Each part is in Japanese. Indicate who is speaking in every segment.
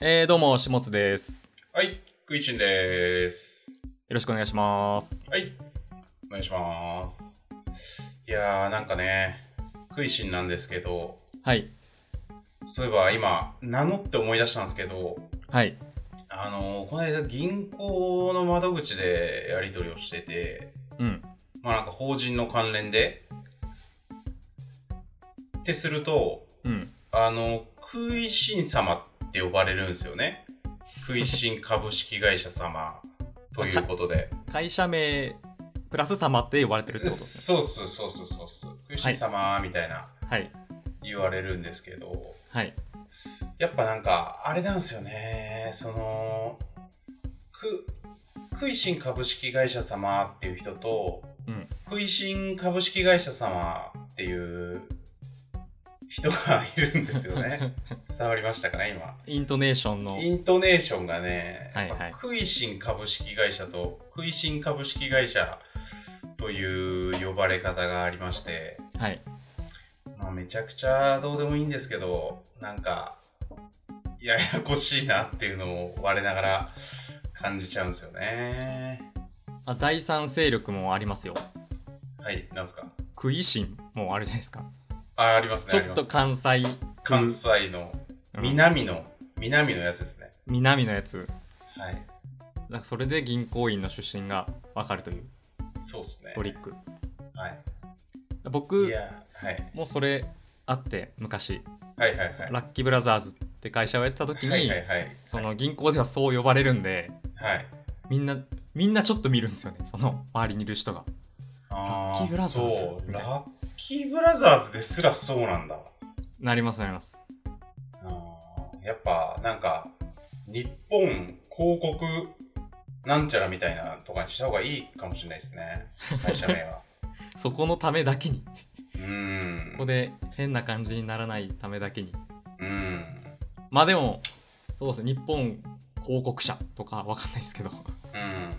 Speaker 1: えー、どうも、しもつです。
Speaker 2: はい、クイシュンでーす。
Speaker 1: よろしくお願いします。
Speaker 2: はい、お願いします。いやー、なんかね、クイシンなんですけど、
Speaker 1: はい。
Speaker 2: そういえば今、名乗って思い出したんですけど、
Speaker 1: はい。
Speaker 2: あのー、この間銀行の窓口でやり取りをしてて、
Speaker 1: うん。
Speaker 2: まあなんか法人の関連で、ってすると、
Speaker 1: うん。
Speaker 2: あの、クイシン様って呼ばれるんですよね。クイシン株式会社様ということで。
Speaker 1: 会社名、プラス様って呼ばれてるってことです
Speaker 2: そうそうそうそうそうそう。クイシン様みたいな
Speaker 1: ね。はい。
Speaker 2: 言われるんですけど、
Speaker 1: はい。
Speaker 2: やっぱなんかあれなんですよね。そのククイシン株式会社様っていう人と
Speaker 1: うん。
Speaker 2: クイシン株式会社様っていう人がいるんですよ ね。伝わりましたかね今。
Speaker 1: イントネーションの。
Speaker 2: イントネーションがね、
Speaker 1: はいはい
Speaker 2: クイシン株式会社とクイシン株式会社という呼ばれ方がありまして。
Speaker 1: はい。
Speaker 2: まあ、めちゃくちゃどうでもいいんですけどなんかややこしいなっていうのを我ながら感じちゃうんですよね
Speaker 1: あ、第三勢力もありますよ。
Speaker 2: はいなんすか
Speaker 1: 食いしんもあるじゃないですか。
Speaker 2: あありますね
Speaker 1: ちょ
Speaker 2: あり
Speaker 1: っ
Speaker 2: ま
Speaker 1: と
Speaker 2: す
Speaker 1: 関西、
Speaker 2: 関西の
Speaker 1: うん
Speaker 2: 南の、南のやつですね
Speaker 1: 南のやつ。
Speaker 2: はい
Speaker 1: だからそれで銀行員の出身がわかるという
Speaker 2: そうっすね
Speaker 1: トリック。
Speaker 2: はいい
Speaker 1: 僕
Speaker 2: や、はい、
Speaker 1: もそれあって、昔、
Speaker 2: はいはいはい
Speaker 1: ラッキーブラザーズって会社をやってた時に、
Speaker 2: はいはいはい
Speaker 1: その銀行ではそう呼ばれるんで、
Speaker 2: はい
Speaker 1: みんなみんなちょっと見るんですよねその周りにいる人が
Speaker 2: あ
Speaker 1: ラッキーブラザーズ
Speaker 2: そう
Speaker 1: みたいな
Speaker 2: ラッキーブラザーズですらそうなんだ
Speaker 1: なりますなります
Speaker 2: あーやっぱなんか日本広告なんちゃらみたいなとかにした方がいいかもしれないですね会社名は
Speaker 1: そこのためだけに、
Speaker 2: うーん
Speaker 1: そこで変な感じにならないためだけに
Speaker 2: うーん
Speaker 1: まあでもそうですね日本広告社とかわかんないですけど
Speaker 2: うん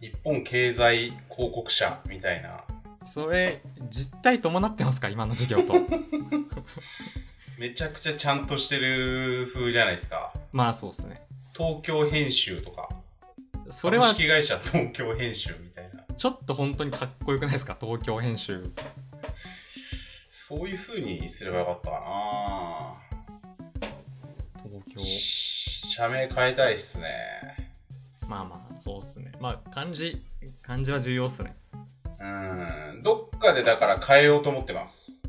Speaker 2: 日本経済広告社みたいな
Speaker 1: それ実態伴ってますか今の事業と
Speaker 2: めちゃくちゃちゃんとしてる風じゃないですか
Speaker 1: まあそうですね
Speaker 2: 東京編集とか
Speaker 1: それは
Speaker 2: 株式会社東京編集みたいな
Speaker 1: ちょっと本当にかっこよくないですか東京編集
Speaker 2: そういう風にすればよかったかな
Speaker 1: 東
Speaker 2: 社名変えたいっすね
Speaker 1: 京まあまあそうですねまあ漢字漢字は重要っすね
Speaker 2: うーんどっかでだから変えようと思ってます。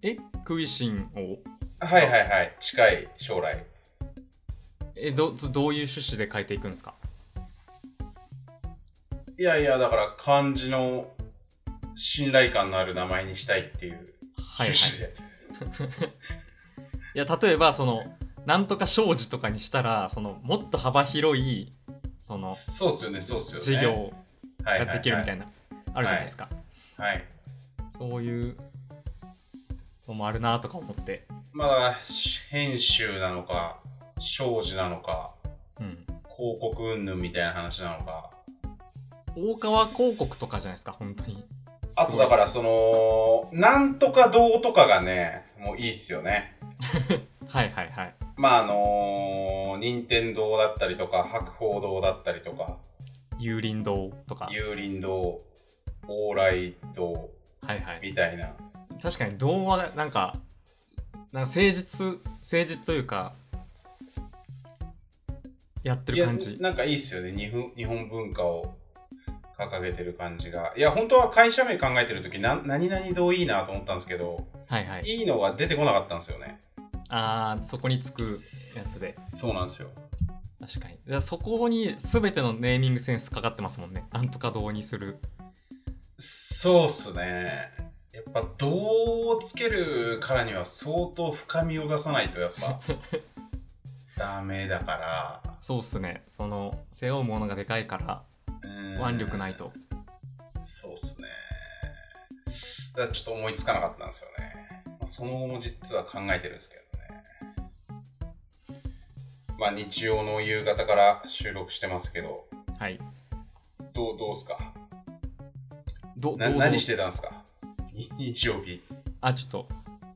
Speaker 1: え食いしんを
Speaker 2: はいはいはい。近い将来。
Speaker 1: えどどういう趣旨で変えていくんですか
Speaker 2: いやいや、だから漢字の信頼感のある名前にしたいっていう
Speaker 1: はい、はい、
Speaker 2: 趣
Speaker 1: い
Speaker 2: 旨で。
Speaker 1: や例えばそのなんとか庄司とかにしたらそのもっと幅広いその
Speaker 2: そうっすよね、そうっすよね。
Speaker 1: 事業
Speaker 2: は
Speaker 1: が
Speaker 2: いはいはい
Speaker 1: できるみたいな、あるじゃないですか、
Speaker 2: はい。
Speaker 1: そういうのもあるなとか思って、
Speaker 2: まだ編集なのか、商事なのか、
Speaker 1: うん、
Speaker 2: 広告云々みたいな話なのか。
Speaker 1: 大川広告とかじゃないですか本当に
Speaker 2: あとだかららその、なんとかどうとかがね、もういいっすよね。
Speaker 1: はいはいはい
Speaker 2: まああの任天堂だったりとか、博報堂だったりとか、
Speaker 1: 有林堂とか
Speaker 2: 幽林堂往来堂
Speaker 1: はいはい
Speaker 2: みたいな
Speaker 1: 確かに堂はなんかなんか誠実誠実というかやってる感
Speaker 2: いや
Speaker 1: じ
Speaker 2: なんかいいっすよね日本日本文化を掲げてる感じがいや本当は会社名考えてる時な何々堂いいなと思ったんですけど
Speaker 1: はいはい
Speaker 2: いいのが出てこなかったんですよね
Speaker 1: あーそこにつくやつで
Speaker 2: そうなんですよ
Speaker 1: 確かにだからそこに全てのネーミングセンスかかってますもんねなんとかどうにする
Speaker 2: そうっすねやっぱ「堂」をつけるからには相当深みを出さないとやっ ぱダメだか
Speaker 1: そうっすねその背負うものがでかいから
Speaker 2: らうん
Speaker 1: 腕力ないと
Speaker 2: そうっすね。だからちょっと思いつかなかったんですよね。まあその後も実は考えてるんですけどね。まあ日曜の夕方から収録してますけど、
Speaker 1: はい
Speaker 2: どう、どうっすか
Speaker 1: ど
Speaker 2: な
Speaker 1: どうどう
Speaker 2: 何してたんですかに日曜日。
Speaker 1: あちょっと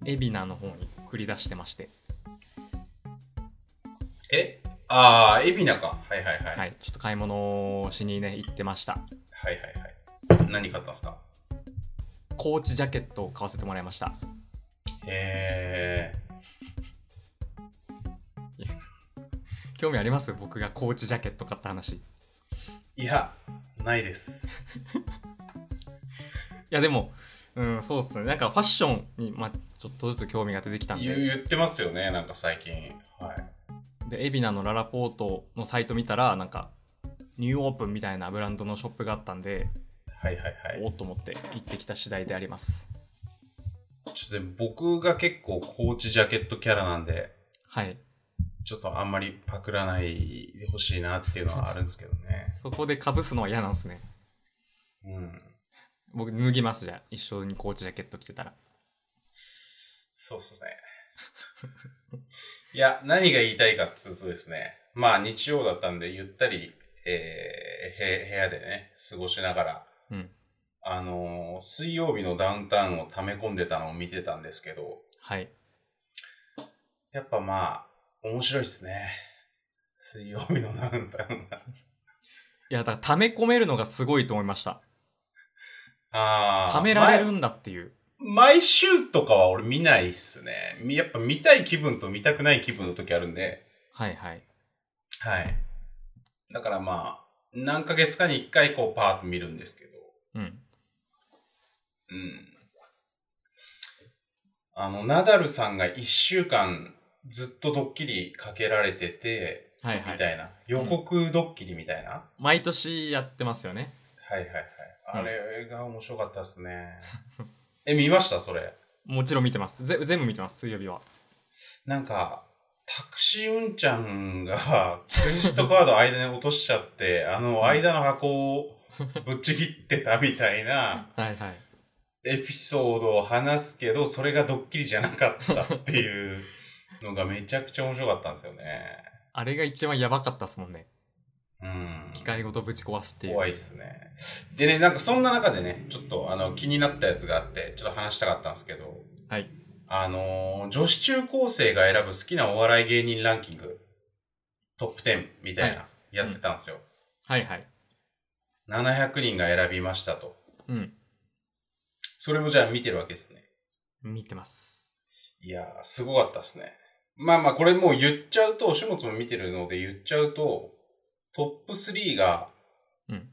Speaker 1: 海老名の方に繰り出してまして
Speaker 2: えああ、海老名か。はいはいはい。はい
Speaker 1: はい、ちょっと買い物をしにね、行ってました。
Speaker 2: はいはい。何買ったんすか
Speaker 1: コーチジャケットを買わせてもらいました。
Speaker 2: へえ。
Speaker 1: 興味あります僕がコーチジャケット買った話。い
Speaker 2: いや、ないです。
Speaker 1: や、でも、うん、そうっすね。なんかファッションに、まあ、ちょっとずつ興味が出てきたん
Speaker 2: 言う
Speaker 1: で。
Speaker 2: 言ってますよね、なんか最近。はい。
Speaker 1: で、海老名のララポートのサイト見たら、なんか、ニューオープンみたいなブランドのショップがあったんで、
Speaker 2: はいはいはい。
Speaker 1: おっと思って行ってきた次第であります。
Speaker 2: ちょっと僕が結構コーチジャケットキャラなんで、
Speaker 1: はい。
Speaker 2: ちょっとあんまりパクらないでほしいなっていうのはあるんですけどね。
Speaker 1: そこで被すのは嫌なんですね。
Speaker 2: うん。
Speaker 1: 僕、脱ぎますじゃあ。一緒にコーチジャケット着てたら。
Speaker 2: そうっすね。いや、何が言いたいかっていうとですね、まあ日曜だったんで、ゆったり、えー、へ部屋でね、過ごしながら、
Speaker 1: うん。
Speaker 2: あのー水曜日のダウンタウンを溜め込んでたのを見てたんですけど、
Speaker 1: はい。
Speaker 2: やっぱまあ、面白いっすね。水曜日のダウンタウンが。
Speaker 1: いや、だから、溜め込めるのがすごいと思いました。
Speaker 2: あー
Speaker 1: 貯められるんだっていう。
Speaker 2: 毎毎週とかは俺見ないっすね。みやっぱ見たい気分と見たくない気分の時あるんで、
Speaker 1: はいはい。
Speaker 2: はい。だからまあ、何ヶ月かに一回こうパーッと見るんですけど、
Speaker 1: うん。
Speaker 2: うん。あの、ナダルさんが一週間ずっとドッキリかけられてて、
Speaker 1: はい
Speaker 2: み
Speaker 1: は
Speaker 2: た
Speaker 1: い。
Speaker 2: いな。予告ドッキリみたいな。
Speaker 1: 毎年やってますよね。
Speaker 2: はいはいはい。あれが面白かったっすね。え、見ましたそれ。
Speaker 1: もちろん見てます。ぜ全部見てます、水曜日は。
Speaker 2: なんか、タクシーうんちゃんが、 クレジットカード間に落としちゃって、あの間の箱をぶっちぎってたみた いな
Speaker 1: はいはい。
Speaker 2: エピソードを話すけど、それがドッキリじゃなかったっていうのがめちゃくちゃ面白かったんですよね。
Speaker 1: あれが一番やばかったっすもんね。
Speaker 2: うん。
Speaker 1: 機械ごとぶち壊すっていう。
Speaker 2: 怖いっすね。でね、なんかそんな中でね、ちょっとあの気になったやつがあって、ちょっと話したかったんですけど、
Speaker 1: はい。
Speaker 2: あのー女子中高生が選ぶ好きなお笑い芸人ランキング、トップ10みたいな、やってたんですよ。
Speaker 1: はいはい。
Speaker 2: 700人が選びましたと。
Speaker 1: うん。
Speaker 2: それもじゃあ見てるわけですね。
Speaker 1: 見てます。
Speaker 2: いやー、すごかったですね。まあまあ、これもう言っちゃうと、しもつも見てるので言っちゃうと、トップ3が、
Speaker 1: うん。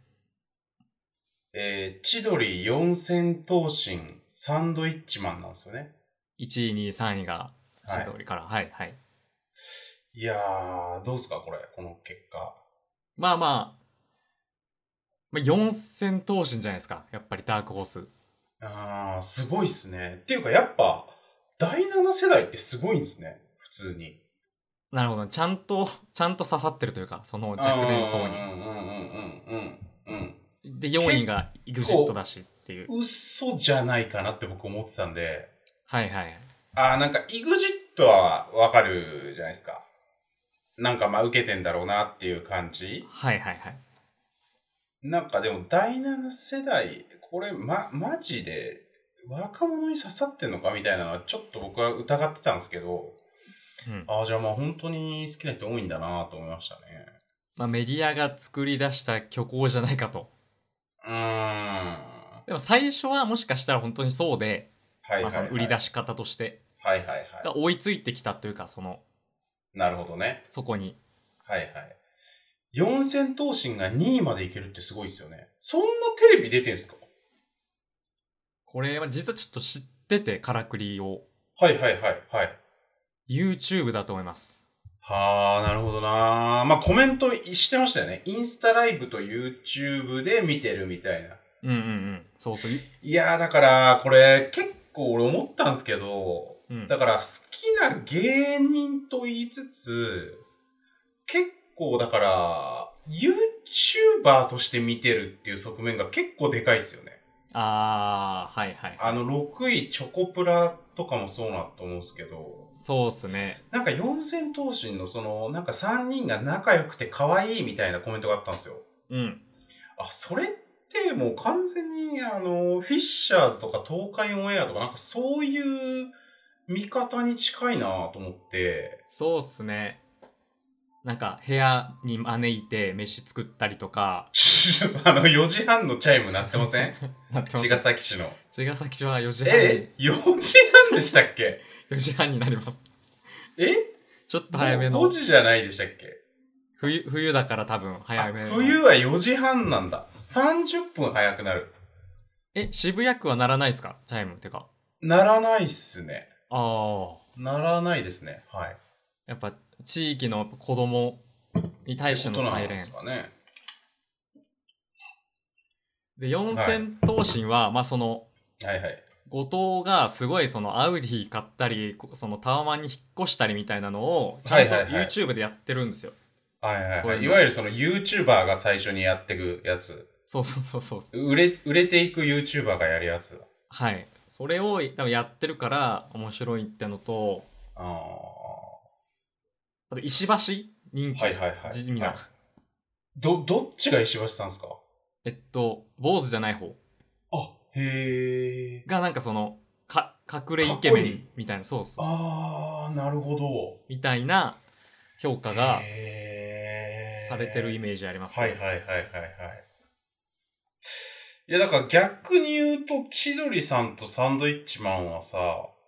Speaker 2: えー、千鳥四千頭身、サンドイッチマンなんですよね。
Speaker 1: 1位、2位、3位が、
Speaker 2: はい
Speaker 1: 通りから。はいはい。
Speaker 2: いやー、どうですか、これ、この結果。
Speaker 1: まあまあ、まあ、四千頭身じゃないですか。やっぱりダークホース。
Speaker 2: あー、すごいっすね。っていうか、やっぱ、第7世代ってすごいんですね。普通に。
Speaker 1: なるほど。ちゃんと、ちゃんと刺さってるというか、その若年層に。
Speaker 2: うんうんうんうんうん
Speaker 1: で、4位が EXIT だしっていう。
Speaker 2: うん。嘘じゃないかなって僕思ってたんで。
Speaker 1: はいはいはい。
Speaker 2: あー、なんか、EXIT はわかるじゃないですか。なんか、まあ、受けてんだろうなっていう感じ。
Speaker 1: はいはいはい。
Speaker 2: なんか、でも、第7世代、これ、ま、マジで、若者に刺さってんのかみたいなのは、ちょっと僕は疑ってたんですけど、
Speaker 1: うん
Speaker 2: ああ、じゃあまあ本当に好きな人多いんだなと思いましたね。
Speaker 1: まあ、メディアが作り出した虚構じゃないかと。
Speaker 2: うーん。は
Speaker 1: でも最初はもしかしたら本当にそうで、
Speaker 2: いはい、はい。
Speaker 1: まあ、その売り出し方として
Speaker 2: はいはいはい。
Speaker 1: が追いついてきたというか、その、
Speaker 2: なるほどね。
Speaker 1: そこに。
Speaker 2: はいはい。四千頭身が2位までいけるってすごいですよね。そんなテレビ出てんすか
Speaker 1: これは実はちょっと知ってて、からくりを。
Speaker 2: はいはいはいはい。
Speaker 1: YouTube だと思います。
Speaker 2: はあ、なるほどなまあコメントしてましたよね。インスタライブと YouTube で見てるみたいな。
Speaker 1: うんうんうん。そうそう。
Speaker 2: いやーだから、これ結構俺思ったんですけど、
Speaker 1: うん
Speaker 2: だから好きな芸人と言いつつ、結構だから、YouTuber として見てるっていう側面が結構でかいっすよね。
Speaker 1: あー、はいはい。
Speaker 2: あの、6位チョコプラとかもそうなと思うんですけど、
Speaker 1: そうっすね。
Speaker 2: なんか四千頭身のその、なんか3人が仲良くて可愛いみたいなコメントがあったんですよ。
Speaker 1: うん。
Speaker 2: あ、それってもう完全にあの、フィッシャーズとか東海オンエアとかなんかそういう見方に近いなと思って、
Speaker 1: そうっすね。なんか部屋に招いて飯作ったりとか
Speaker 2: ちょっ とあの、4時半のチャイム鳴ってません
Speaker 1: なってま
Speaker 2: 茅
Speaker 1: す
Speaker 2: ヶ崎市の。
Speaker 1: 茅ヶ崎は4時半に
Speaker 2: え ?4 時半でしたっけ
Speaker 1: 4時半になります
Speaker 2: え
Speaker 1: ちょっと早め
Speaker 2: 5
Speaker 1: の
Speaker 2: 時じゃないでしたっけ
Speaker 1: 冬冬だから多分早めの
Speaker 2: 冬は4時半なんだ。30分早くなる。
Speaker 1: え渋谷区は鳴らないですかチャイムってか
Speaker 2: ならないっすね。
Speaker 1: ああ
Speaker 2: ならないですね。はい。
Speaker 1: やっぱ地域の子供に対しての
Speaker 2: こと
Speaker 1: サ
Speaker 2: なん
Speaker 1: イレン
Speaker 2: ですかね。
Speaker 1: で四千頭身はまあその
Speaker 2: はいはい。
Speaker 1: 後藤がすごいそのアウディ買ったりこそのタワマンに引っ越したりみたいなのをちゃんと
Speaker 2: はいはいはい
Speaker 1: YouTube でやってるんですよ、
Speaker 2: はいはい、
Speaker 1: そう
Speaker 2: は
Speaker 1: いう
Speaker 2: い。
Speaker 1: の
Speaker 2: いわゆるその YouTuber が最初にやってくやつ。
Speaker 1: そうそうそうそうそう
Speaker 2: 売れ、売れていく YouTuber がやるやつ。
Speaker 1: はいそれを多分やってるから面白いってのと
Speaker 2: ああ。
Speaker 1: あと石橋人気、
Speaker 2: はいはいはい。
Speaker 1: 地味な、
Speaker 2: はいど、どっちが石橋さんですか
Speaker 1: えっと坊主じゃない方
Speaker 2: あ、へえ。
Speaker 1: がなんかそのか隠れイケメ
Speaker 2: かっこいい
Speaker 1: ンみたいなそうそう
Speaker 2: ああ、なるほど。
Speaker 1: みたいな評価が
Speaker 2: へー
Speaker 1: されてるイメージあります、
Speaker 2: はいはいはいはいはい。いや、だから逆に言うと、千鳥さんとサンドイッチマンはさ、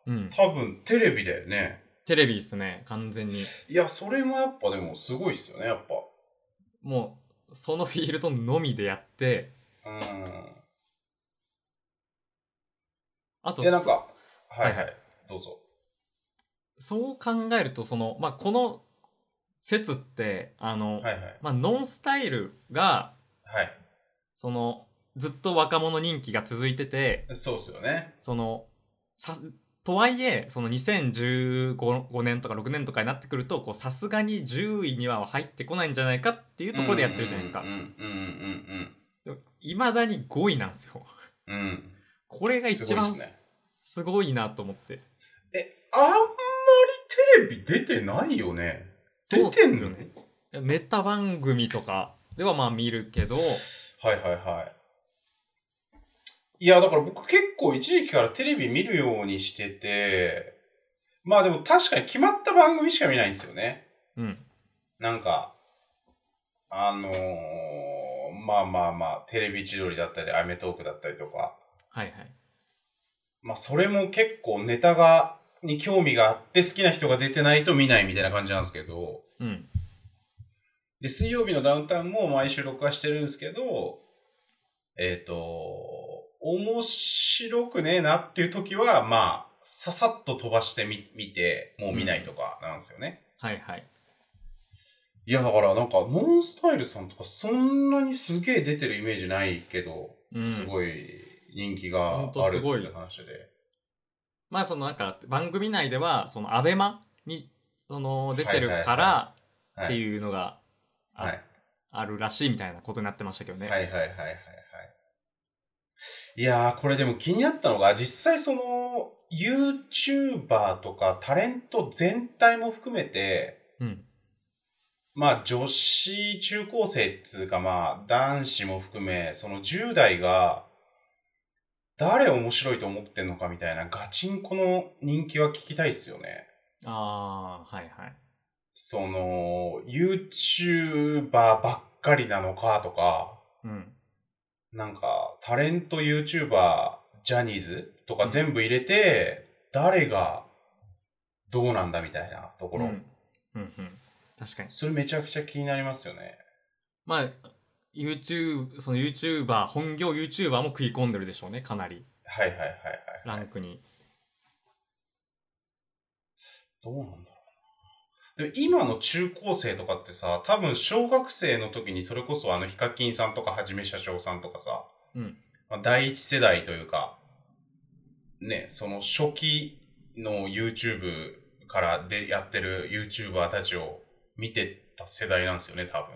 Speaker 1: うん、
Speaker 2: 多分テレビだよね。
Speaker 1: テレビですね完全に
Speaker 2: いや、それもやっぱでもすごいっすよね、やっ
Speaker 1: もうそのフィールドのみでやって
Speaker 2: ぱ。う
Speaker 1: あと
Speaker 2: ん。いや、なんか、はい
Speaker 1: は
Speaker 2: はい。どうぞ。
Speaker 1: そう考えるとその、まあ、この説ってあの、
Speaker 2: はいはい。
Speaker 1: まあ、ノンスタイルが
Speaker 2: はい。
Speaker 1: そのずっと若者人気が続いてて
Speaker 2: そうっすよね。
Speaker 1: そのさとはいえその2015年とか6年とかになってくるとこうさすがに10位には入ってこないんじゃないかっていうところでやってるじゃないですか
Speaker 2: うんうんうん
Speaker 1: いまだに5位なんですよ
Speaker 2: うんうんうん。うん。
Speaker 1: これが一
Speaker 2: すごい
Speaker 1: 番
Speaker 2: っすね。
Speaker 1: すごいなと思って
Speaker 2: え、あんまりテレビ出てないよね。
Speaker 1: そうっすよ
Speaker 2: 出てんの
Speaker 1: ねネタ番組とかではまあ見るけど
Speaker 2: はいはいはい。いや、だから僕結構一時期からテレビ見るようにしてて、まあでも確かに決まった番組しか見ないんですよね。
Speaker 1: うん
Speaker 2: なんか、あのーまあまあまあ、テレビ千鳥だったり、アメトークだったりとか、
Speaker 1: はいはい
Speaker 2: まあそれも結構ネタが、に興味があって好きな人が出てないと見ないみたいな感じなんですけど、
Speaker 1: うん
Speaker 2: で、水曜日のダウンタウンも毎週録画してるんですけど、えっ、と、面白くねえなっていう時は、まあ、ささっと飛ばしてみ、見て、もう見ないとかなんですよね。
Speaker 1: はいはい
Speaker 2: いや、だからなんか、ノンスタイルさんとかそんなにすげえ出てるイメージないけど、
Speaker 1: うん
Speaker 2: すごい人気がある
Speaker 1: ほんとすごい
Speaker 2: って話で。
Speaker 1: まあそのなんか番組内ではそのアベマにその出てる
Speaker 2: はいはい
Speaker 1: からっ
Speaker 2: は
Speaker 1: て
Speaker 2: い。
Speaker 1: いうのがあ,、
Speaker 2: はい。
Speaker 1: あるらしいみたいなことになってましたけどね、
Speaker 2: はいはいはいはいはい。いやー、これでも気になったのが、実際その、YouTuber とかタレント全体も含めて、
Speaker 1: うん
Speaker 2: まあ女子中高生っつうかまあ男子も含め、その10代が、誰面白いと思ってんのかみたいなガチンコの人気は聞きたいっすよね。
Speaker 1: ああはいはい
Speaker 2: その、YouTuber ばっかりなのかとか、
Speaker 1: うん
Speaker 2: なんか、タレント、YouTuber、ジャニーズとか全部入れて、誰がどうなんだみたいなとこ
Speaker 1: うん
Speaker 2: ろ、
Speaker 1: うんうん確かに
Speaker 2: それめちゃくちゃ気になりますよね。
Speaker 1: まあ YouTube その YouTuber 本業 YouTuber も食い込んでるでしょうねかなり
Speaker 2: はいはいはいはい。
Speaker 1: ランクに
Speaker 2: どうなんだろうな。でも今の中高生とかってさ、多分小学生の時にそれこそあのヒカキンさんとかはじめしゃしょうさんとかさ、
Speaker 1: うん
Speaker 2: まあ、第一世代というか、ね、その初期の YouTube からでやってる YouTuber たちを見てた世代なんですよね、多
Speaker 1: 好
Speaker 2: 分。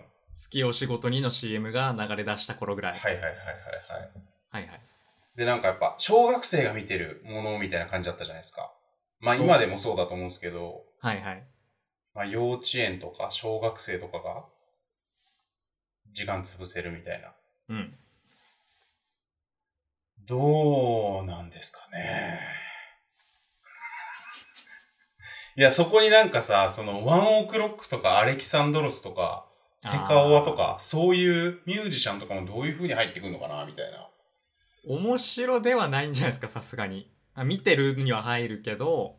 Speaker 1: きお仕事にの CM が流れ出した頃ぐらい、
Speaker 2: はいはいはいはいはい。
Speaker 1: はいはい
Speaker 2: で、なんかやっぱ、小学生が見てるものみたいな感じだったじゃないですか。まあ
Speaker 1: そう
Speaker 2: 今でもそうだと思うんですけど、
Speaker 1: はいはい
Speaker 2: まあ幼稚園とか小学生とかが、時間潰せるみたいな。
Speaker 1: うん
Speaker 2: どうなんですかね。いや、そこになんかさ、その、ワンオクロックとか、アレキサンドロスとか、セカオワとか、そういうミュージシャンとかもどういう風に入ってくるのかな、みたいな。
Speaker 1: 面白ではないんじゃないですかさすがにあ見てるには入るけど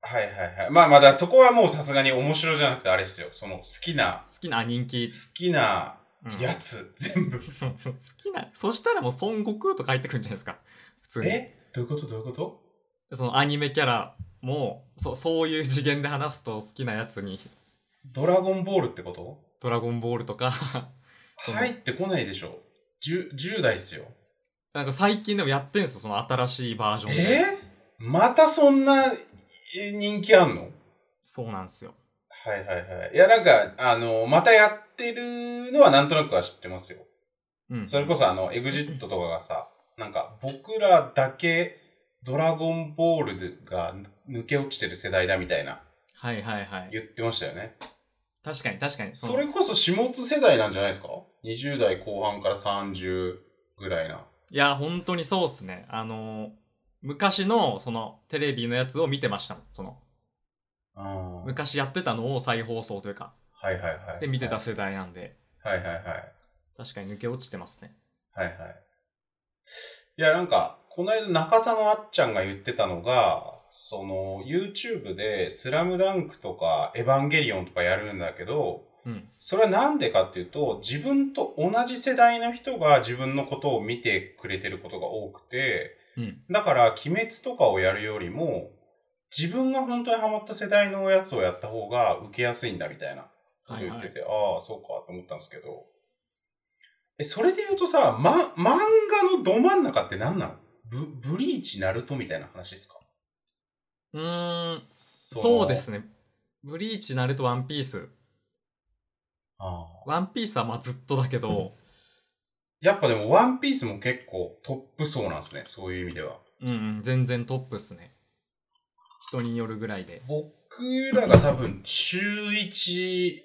Speaker 2: はいはいはい。まあまあだからそこはもうさすがに面白じゃなくてあれっすよ。その、好きな、
Speaker 1: 好きなあ人気、
Speaker 2: 好きな
Speaker 1: うん好
Speaker 2: やつ、全部。
Speaker 1: きなそしたらもう孫悟空とか入ってくるんじゃないですか普通に
Speaker 2: えどういうことどういうこと
Speaker 1: そのアニメキャラもそそういう次元で話すと好きなやつに
Speaker 2: ドラゴンボールってこと
Speaker 1: 「ドラゴンボール」とか そう
Speaker 2: 入ってこないでしょ。10, 10代っすよ。
Speaker 1: なんか最近でもやってんすよその新しいバージョンで、
Speaker 2: えまたそんなえ人気あんの
Speaker 1: そうなんですよ
Speaker 2: はいはいはい。いや、なんか、あの、またやってるのはなんとなくは知ってますよ。
Speaker 1: うん
Speaker 2: それこそあの、エグジットとかがさ、なんか、僕らだけ、ドラゴンボールが抜け落ちてる世代だみたいな、
Speaker 1: はいはいはい
Speaker 2: 言ってましたよね。
Speaker 1: 確かに確かに
Speaker 2: そ
Speaker 1: の
Speaker 2: れこそ下津世代なんじゃないですか ?20 代後半から30ぐらいな。
Speaker 1: いや本当にそうっすねあのー昔のそのテレビのやつを見てましたもんその
Speaker 2: ああ。はい
Speaker 1: 昔やってたのを再放送というか
Speaker 2: はいはい。
Speaker 1: で見てた。世代なんで
Speaker 2: はいはいはい。
Speaker 1: 確かに抜け落ちてますね
Speaker 2: はいはい。いや、なんか、この間中田のあっちゃんが言ってたのが、その、YouTube で、スラムダンクとか、エヴァンゲリオンとかやるんだけど、
Speaker 1: うん
Speaker 2: それはなんでかっていうと、自分と同じ世代の人が自分のことを見てくれてることが多くて、
Speaker 1: うん
Speaker 2: だから、鬼滅とかをやるよりも、自分が本当にハマった世代のやつをやった方が受けやすいんだみたいなこと
Speaker 1: はい
Speaker 2: 言っ
Speaker 1: は
Speaker 2: て
Speaker 1: い
Speaker 2: て、ああ、そうかと思ったんですけど。え、それで言うとさ、ま、漫画のど真ん中って何なのブブリーチ、ナルトみたいな話ですか
Speaker 1: うーん
Speaker 2: そ
Speaker 1: そうですねブリーチナルトワンピース
Speaker 2: ああ
Speaker 1: ワンピースはまあずっとだけど
Speaker 2: やっぱでも、ワンピースも結構トップ層なんですね。そういう意味では。
Speaker 1: うんうん全然トップっすね人によるぐらいで
Speaker 2: 僕らが多分、中1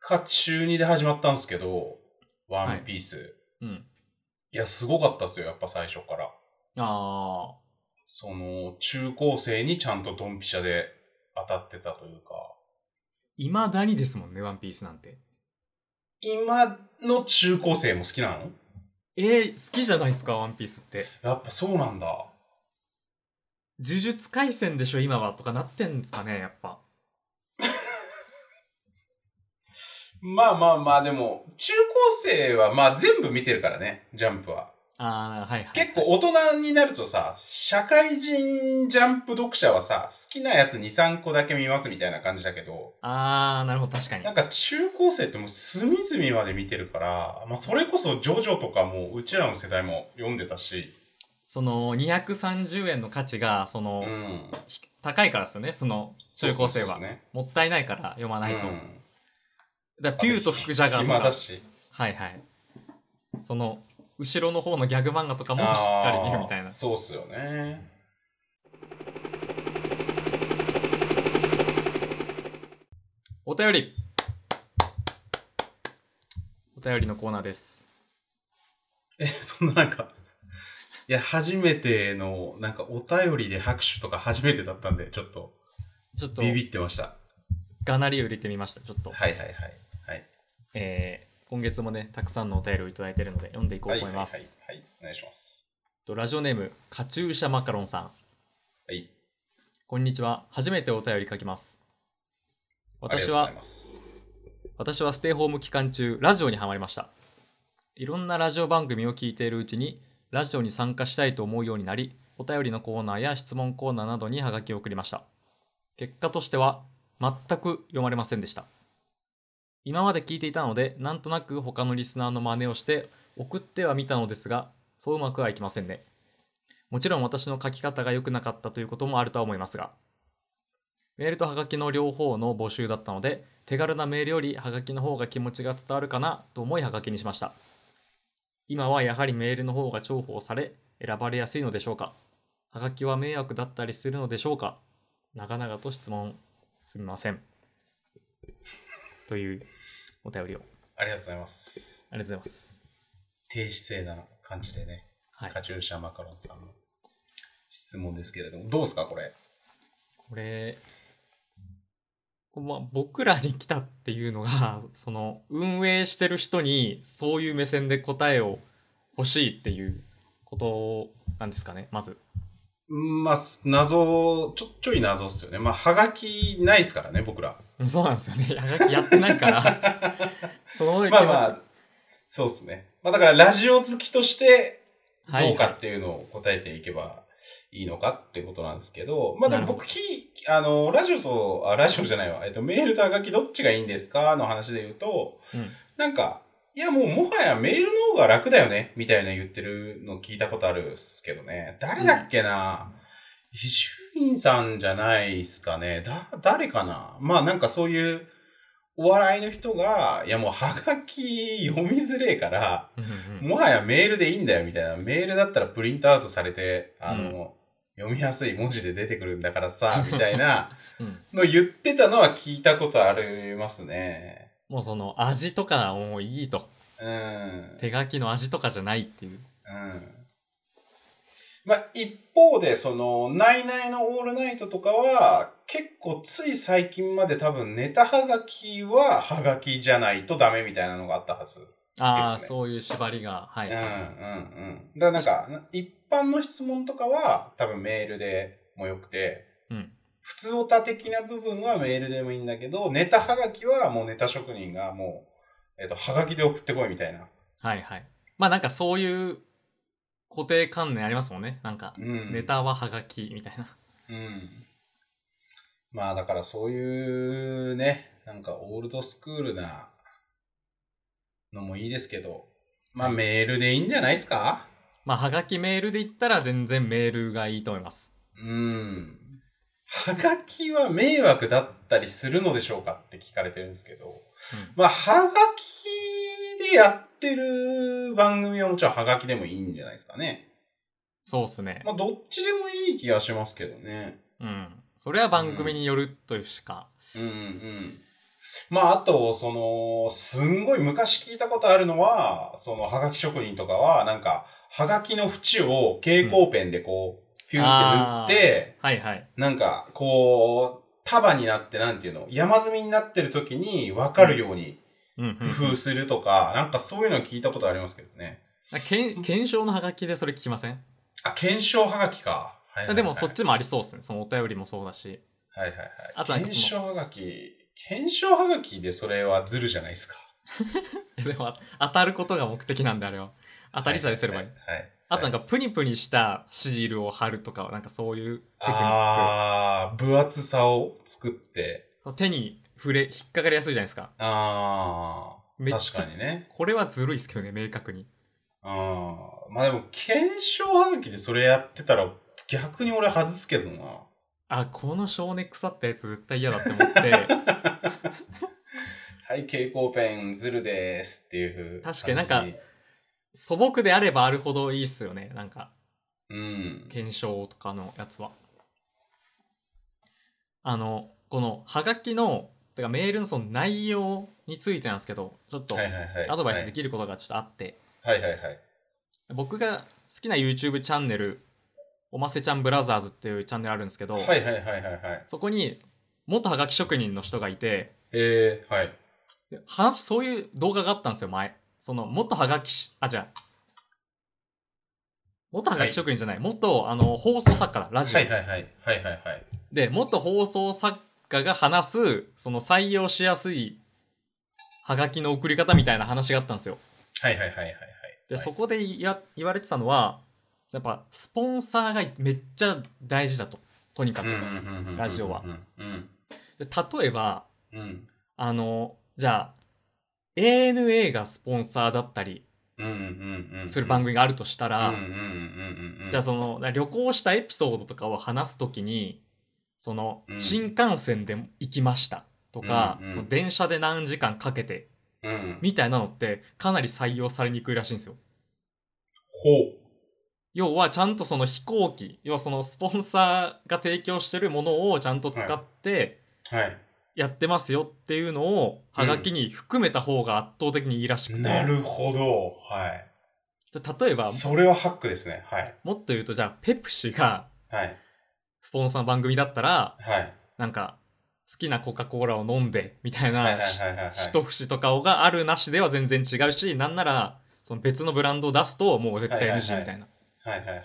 Speaker 2: か中2で始まったんですけど、ワンピース。い、
Speaker 1: うん
Speaker 2: や、すごかったっすよ。やっぱ最初から。
Speaker 1: あ
Speaker 2: その、中高生にちゃんとドンピシャで当たってたというか。
Speaker 1: いまだにですもんねワンピースなんて
Speaker 2: 今の中高生も好きなの
Speaker 1: えー、好きじゃないですかワンピースって
Speaker 2: やっぱそうなんだ。
Speaker 1: 呪術廻戦でしょ今はとかなってんですかねやっぱ
Speaker 2: まあまあまあ、でも、中高生はまあ全部見てるからね、ジャンプは。
Speaker 1: ああはいはい
Speaker 2: 結構大人になるとさ、社会人ジャンプ読者はさ、好きなやつ2、3個だけ見ますみたいな感じだけど、
Speaker 1: ああなるほど確かに
Speaker 2: なんか中高生ってもう隅々まで見てるから、まあそれこそジョジョとかもうちらの世代も読んでたし、
Speaker 1: その230円の価値がその、
Speaker 2: うん。
Speaker 1: ひ高いからですよねその中高生は
Speaker 2: そうそうそうね
Speaker 1: もったいないから読まないと、
Speaker 2: うん
Speaker 1: だからピューと福ジャガーと
Speaker 2: 暇だ
Speaker 1: か
Speaker 2: し。
Speaker 1: はいはいその後ろの方のギャグ漫画とかもしっかり見るみたい
Speaker 2: あ
Speaker 1: な
Speaker 2: ーそうっすよね
Speaker 1: お便りお便りのコーナーです
Speaker 2: えそんななんかいや初めてのなんかお便りで拍手とか初めてだったんでちょっと
Speaker 1: ちょっと
Speaker 2: ビビってました
Speaker 1: がなりを入れてみましたちょっと、
Speaker 2: はいはいはいはい
Speaker 1: えー今月もねたくさんのお便りをいただいてるので読んでいこうと思います、
Speaker 2: はいはいはい、はい、お願いします
Speaker 1: とラジオネームカチューシャマカロンさん
Speaker 2: はい
Speaker 1: こんにちは初めてお便り書きます私は
Speaker 2: ありがとうございます
Speaker 1: 私はステイホーム期間中ラジオにハマりましたいろんなラジオ番組を聞いているうちにラジオに参加したいと思うようになりお便りのコーナーや質問コーナーなどにハガキを送りました結果としては全く読まれませんでした今まで聞いていたのでなんとなく他のリスナーの真似をして送ってはみたのですがそううまくはいきませんねもちろん私の書き方が良くなかったということもあるとは思いますがメールとハガキの両方の募集だったので手軽なメールよりハガキの方が気持ちが伝わるかなと思いハガキにしました今はやはりメールの方が重宝され選ばれやすいのでしょうかハガキは迷惑だったりするのでしょうか長々と質問すみませんというお便りを
Speaker 2: ありがとうございます
Speaker 1: ありがとうございます
Speaker 2: 低姿勢な感じでね、
Speaker 1: はい
Speaker 2: カチューシャマカロンさんの質問ですけれどもどうですかこれ
Speaker 1: これ、まあ、僕らに来たっていうのが、 その、運営してる人に、そういう目線で答えを欲しいっていうことなんですかね、まず。
Speaker 2: うんまあ、す謎、ちょ、ちょい謎っすよね。まあ、はがきないですからね、僕ら。
Speaker 1: そうなんですよね。やがきやってないから、 その
Speaker 2: まあまあ、そうですね。まあ、だから、ラジオ好きとして、
Speaker 1: はい
Speaker 2: どうかっていうのを答えていけばいいのかっていうことなんですけど、まあ、でも
Speaker 1: なるほ
Speaker 2: 僕、き、あの、ラジオと、あ、ラジオじゃないわ。えっと、メールとはがきどっちがいいんですかの話で言うと、
Speaker 1: うん
Speaker 2: なんか、いや、もう、もはやメールの方が楽だよね、みたいな言ってるの聞いたことあるっすけどね。誰だっけな伊集院さんじゃないっすかね。だ、誰かなまあ、なんかそういう、お笑いの人が、いやもうはがき読みづれえから、
Speaker 1: うんうん
Speaker 2: もはやメールでいいんだよみたいな。メールだったらプリントアウトされて、あの、読みやすい文字で出てくるんだからさ、みたいな
Speaker 1: うん
Speaker 2: の言ってたのは聞いたことありますね。
Speaker 1: もうその味とかはもういいと。
Speaker 2: うん。うん。
Speaker 1: 手書きの味とかじゃないっていう。
Speaker 2: まあ、一方で、その、ナイナイのオールナイトとかは、結構つい最近まで多分ネタはがきははがきじゃないとダメみたいなのがあったはず。
Speaker 1: ああ、
Speaker 2: ですね
Speaker 1: そういう縛りが。はい。
Speaker 2: うんうんうん。だからなんか、一般の質問とかは多分メールでもよくて、
Speaker 1: うん。
Speaker 2: 普通オタ的な部分はメールでもいいんだけど、ネタはがきはもうネタ職人がもう、えっと、はがきで送ってこいみたいな。
Speaker 1: はいはい。まあなんかそういう固定観念ありますもんね。なんか、
Speaker 2: うん。
Speaker 1: ネ。タははがきみたいな。
Speaker 2: うん。まあだからそういうね、なんかオールドスクールなのもいいですけど、まあメールでいいんじゃないですか
Speaker 1: まあはがきメールで言ったら全然メールがいいと思います。
Speaker 2: うん。はがきは迷惑だったりするのでしょうかって聞かれてるんですけど、まあ、はがきでやってる番組はもちろんはがきでもいいんじゃないですかね。
Speaker 1: そうっすね。
Speaker 2: まあ、どっちでもいい気がしますけどね。
Speaker 1: うん。それは番組によるというしか。
Speaker 2: うんうんうん。まあ、あと、その、すんごい昔聞いたことあるのは、その、はがき職人とかは、なんか、はがきの縁を蛍光ペンでこう、ピューって塗って、
Speaker 1: はいはい。
Speaker 2: なんか、こう、束になって、なんていうの、山積みになってる時に分かるように
Speaker 1: うん うん、
Speaker 2: 工夫するとか、なんかそういうの聞いたことありますけどね。
Speaker 1: あけん検証のはがきでそれ聞きません、
Speaker 2: あ、検証はがきか。はいはいはい
Speaker 1: でもそっ。ちもありそうっすね。そのお便りもそうだし。
Speaker 2: はいはいはい。
Speaker 1: あとなんかその
Speaker 2: 検証はがき、検証はがきでそれはずるじゃないですか。
Speaker 1: いやでも当たることが目的なんであれは。当たりさえすればいい。
Speaker 2: はいはいはい。
Speaker 1: あとなんかプニプニしたシールを貼るとかはなんかそういうテクニック。
Speaker 2: あー、分厚さを作って。
Speaker 1: その手に触れ、引っかかりやすいじゃないですか。
Speaker 2: あ
Speaker 1: めっちゃ
Speaker 2: ー、確かにね。
Speaker 1: これはずるいっすけどね、明確に。
Speaker 2: あー、まあでも、検証はがきでそれやってたら、逆に俺外すけどな。
Speaker 1: あ、この少年腐ったやつ絶対嫌だって思 って。
Speaker 2: はい、蛍光ペンズルですっていう感じ。
Speaker 1: 確かになんか素朴であればあるほどいいっすよね。なんか、
Speaker 2: うん。
Speaker 1: 検証とかのやつは。あの、このハガキの、てかメールのその内容についてなんですけど、ちょっと
Speaker 2: はいはいはい。
Speaker 1: アドバイスできることがちょっとあって。
Speaker 2: はいはいはい。
Speaker 1: 僕が好きな YouTube チャンネルおませちゃんブラザーズっていうチャンネルあるんですけど、
Speaker 2: はいはいはいはいはい。
Speaker 1: そこに元はがき職人の人がいて
Speaker 2: えー、はい。
Speaker 1: で話そういう動画があったんですよ前その元はがきしあじゃあ元はがき職人じゃない、元あの放送作家だラジオ、
Speaker 2: はいはいはい。はいはいはい。
Speaker 1: で元放送作家が話すその採用しやすいはがきの送り方みたいな話があったんですよ
Speaker 2: はいはいはいはいはい。
Speaker 1: で、
Speaker 2: はい
Speaker 1: そこでや言われてたのはやっぱスポンサーがめっちゃ大事だととにかく、
Speaker 2: うんうんうんうんうん
Speaker 1: ラジオは
Speaker 2: うんうん
Speaker 1: で例えば
Speaker 2: うん。
Speaker 1: あのじゃあ ANA がスポンサーだったり
Speaker 2: うんうんうんうん。
Speaker 1: する番組があるとしたら、
Speaker 2: うんうんうんうんうん。
Speaker 1: じゃあその旅行したエピソードとかを話す時にその、
Speaker 2: うん
Speaker 1: 新幹線で行きましたとか、
Speaker 2: うんうん
Speaker 1: その電車で何時間かけて
Speaker 2: うん。
Speaker 1: みたいなのってかなり採用されにくいらしいんですよ。
Speaker 2: ほ
Speaker 1: 要はちゃんとその飛行機要はそのスポンサーが提供してるものをちゃんと使って
Speaker 2: う。はい。
Speaker 1: やってますよっていうのを
Speaker 2: うん
Speaker 1: ハガキに含めた方が圧倒的にいいらしくて、
Speaker 2: なるほど。はい。
Speaker 1: じゃあ例えば
Speaker 2: それはハックですね。はい。
Speaker 1: もっと言うとじゃあペプシが
Speaker 2: はい。
Speaker 1: スポンサーの番組だったら、
Speaker 2: はい。
Speaker 1: なんか、好きなコカ・コーラを飲んで、みたい
Speaker 2: はいはい
Speaker 1: な、
Speaker 2: はいはいはい。
Speaker 1: 一節とかがあるなしでは全然違うし、なんなら、その別のブランドを出すと、もう絶対
Speaker 2: はいはいはい
Speaker 1: NG みたいな。
Speaker 2: はいはいはい。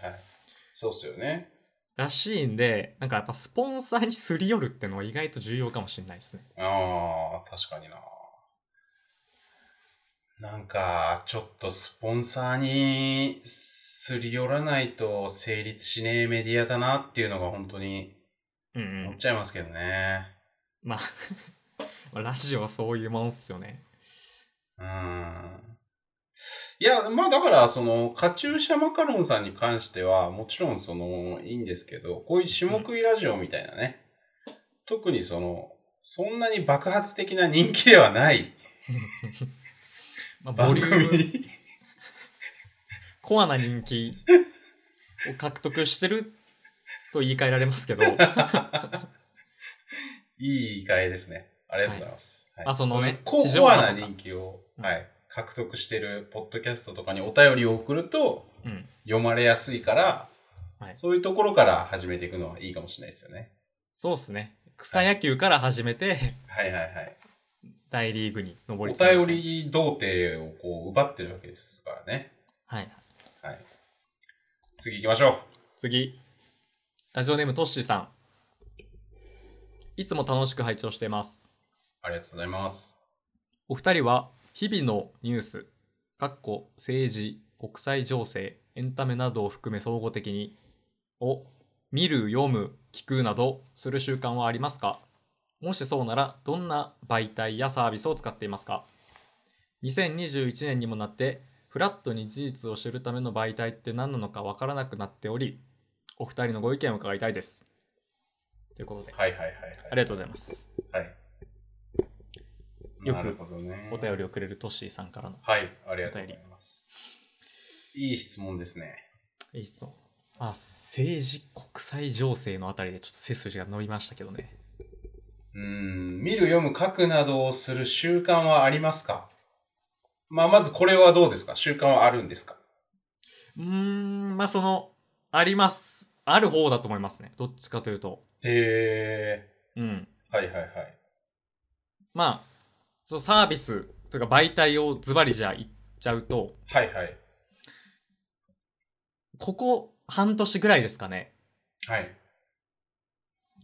Speaker 2: そうっすよね。
Speaker 1: らしいんで、なんかやっぱスポンサーにすり寄るってのは意外と重要かもしれないですね。
Speaker 2: ああ、確かにな。なんか、ちょっとスポンサーにすり寄らないと成立しねえメディアだなっていうのが本当に
Speaker 1: うん、う
Speaker 2: 思っ
Speaker 1: ん。
Speaker 2: ちゃいますけどね。
Speaker 1: まあ、 まあラジオはそういうもんっすよね。
Speaker 2: うーん。いや、まあだから、その、カチューシャマカロンさんに関しては、もちろんその、いいんですけど、こういう下食いラジオみたいなね、特にその、そんなに爆発的な人気ではない
Speaker 1: まあ、ボ
Speaker 2: 番
Speaker 1: リュ
Speaker 2: 組
Speaker 1: ーム、
Speaker 2: に
Speaker 1: コアな人気を獲得してると言い換えられます けど、
Speaker 2: いい言い換えですね。ありがとうございます。はい
Speaker 1: あそのね
Speaker 2: こう
Speaker 1: 地上
Speaker 2: コ
Speaker 1: 波と
Speaker 2: ア
Speaker 1: か
Speaker 2: な人気を、
Speaker 1: うん
Speaker 2: はい、獲得してるポッドキャストとかにお便りを送ると
Speaker 1: うん。
Speaker 2: 読まれやすいから、
Speaker 1: はい
Speaker 2: そういうところから始めていくのはいいかもしれないですよね。
Speaker 1: そうですね。草野球から始めて、
Speaker 2: はいはいはい。
Speaker 1: 大リーグに
Speaker 2: お
Speaker 1: 上り詰め
Speaker 2: 便
Speaker 1: る
Speaker 2: り童貞をこう奪ってるわけですからね。
Speaker 1: はい。
Speaker 2: はい。次行きましょ
Speaker 1: 次。ラジオネームトッシーさん。いつも楽しく拝聴しています。
Speaker 2: う。ありがとうございます。
Speaker 1: お二人は日々のニュース、かっこ政治、国際情勢、エンタメなどを含め総合的にを見る、読む、聞くなどする習慣はありますかもしそうならどんな媒体やサービスを使っていますか2021年にもなってフラットに事実を知るための媒体って何なのかわからなくなっておりお二人のご意見を伺いたいです。ということであ
Speaker 2: はいはいはい
Speaker 1: りがとうございます。
Speaker 2: はい。はい。
Speaker 1: よく
Speaker 2: なるほどね。
Speaker 1: お便りをくれるトッシーさんからの
Speaker 2: はい、ありがとうございます。いい質問ですね。
Speaker 1: いい質問。まあ、政治、国際情勢のあたりでちょっと背筋が伸びましたけどね。
Speaker 2: うーん、見る、読む、書くなどをする習慣はありますかまあ、まずこれはどうですか習慣はあるんですか
Speaker 1: うーん、まあその、あります。ある方だと思いますね。どっちかというと。
Speaker 2: へ
Speaker 1: うん。
Speaker 2: え。はいはいはい。
Speaker 1: まあ、そのサービスというか媒体をズバリじゃあ言っちゃうと、
Speaker 2: はいはい。
Speaker 1: ここ半年ぐらいですかね。
Speaker 2: はい。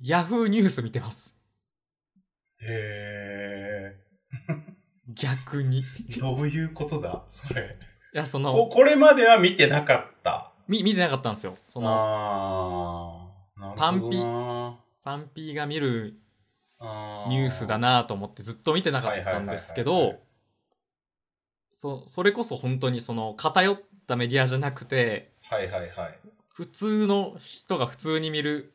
Speaker 1: ヤフーニュース見てます。
Speaker 2: へ
Speaker 1: 逆 に。い
Speaker 2: え。どういうことだそれ。
Speaker 1: や、そ
Speaker 2: こ
Speaker 1: の、
Speaker 2: これまでは見てなかった。
Speaker 1: み、見てなかったんですよ。その、
Speaker 2: あー。な
Speaker 1: 単品
Speaker 2: な
Speaker 1: パンピーが見る
Speaker 2: あー
Speaker 1: ニュースだなと思ってずっと見てなかったんですけ
Speaker 2: はいはいはい
Speaker 1: ど
Speaker 2: は
Speaker 1: そそれこそ本当にその偏ったメディアじゃなくて
Speaker 2: はいはいはい。
Speaker 1: 普通の人が普通に見る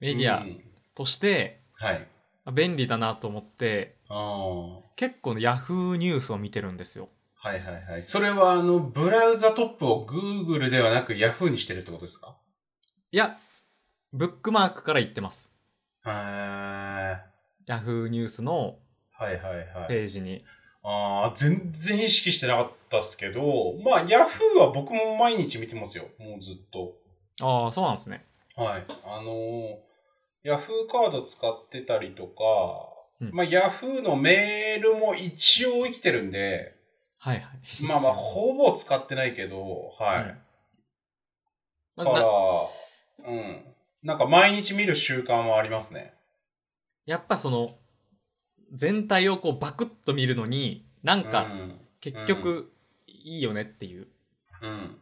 Speaker 1: メディ
Speaker 2: う
Speaker 1: ア
Speaker 2: ん
Speaker 1: として
Speaker 2: はい。
Speaker 1: 便利だなと思って
Speaker 2: あー。
Speaker 1: 結構ね Yahoo ニュースを見てるんですよ。
Speaker 2: はいはいはい。それは、あの、ブラウザトップを Google ではなく Yahoo にしてるってことですか
Speaker 1: いやブックマークから言ってます。
Speaker 2: へー。
Speaker 1: Yahoo ニュースの
Speaker 2: はいはいはい。
Speaker 1: ページに。
Speaker 2: ああ、全然意識してなかったっすけど、まあ Yahoo は僕も毎日見てますよ。もうずっと。
Speaker 1: ああそうなんですね。
Speaker 2: はい。あのー、Yahoo カード使ってたりとか、
Speaker 1: うん
Speaker 2: まあ Yahoo のメールも一応生きてるん で、
Speaker 1: はいはい。
Speaker 2: まあまあほぼ使ってないけど、はい。
Speaker 1: まあ
Speaker 2: か
Speaker 1: な
Speaker 2: ら、うん。なんか毎日見る習慣はありますね。
Speaker 1: やっぱその全体をこうバクッと見るのになんか、
Speaker 2: うん
Speaker 1: 結局いいよねっていう、
Speaker 2: うん。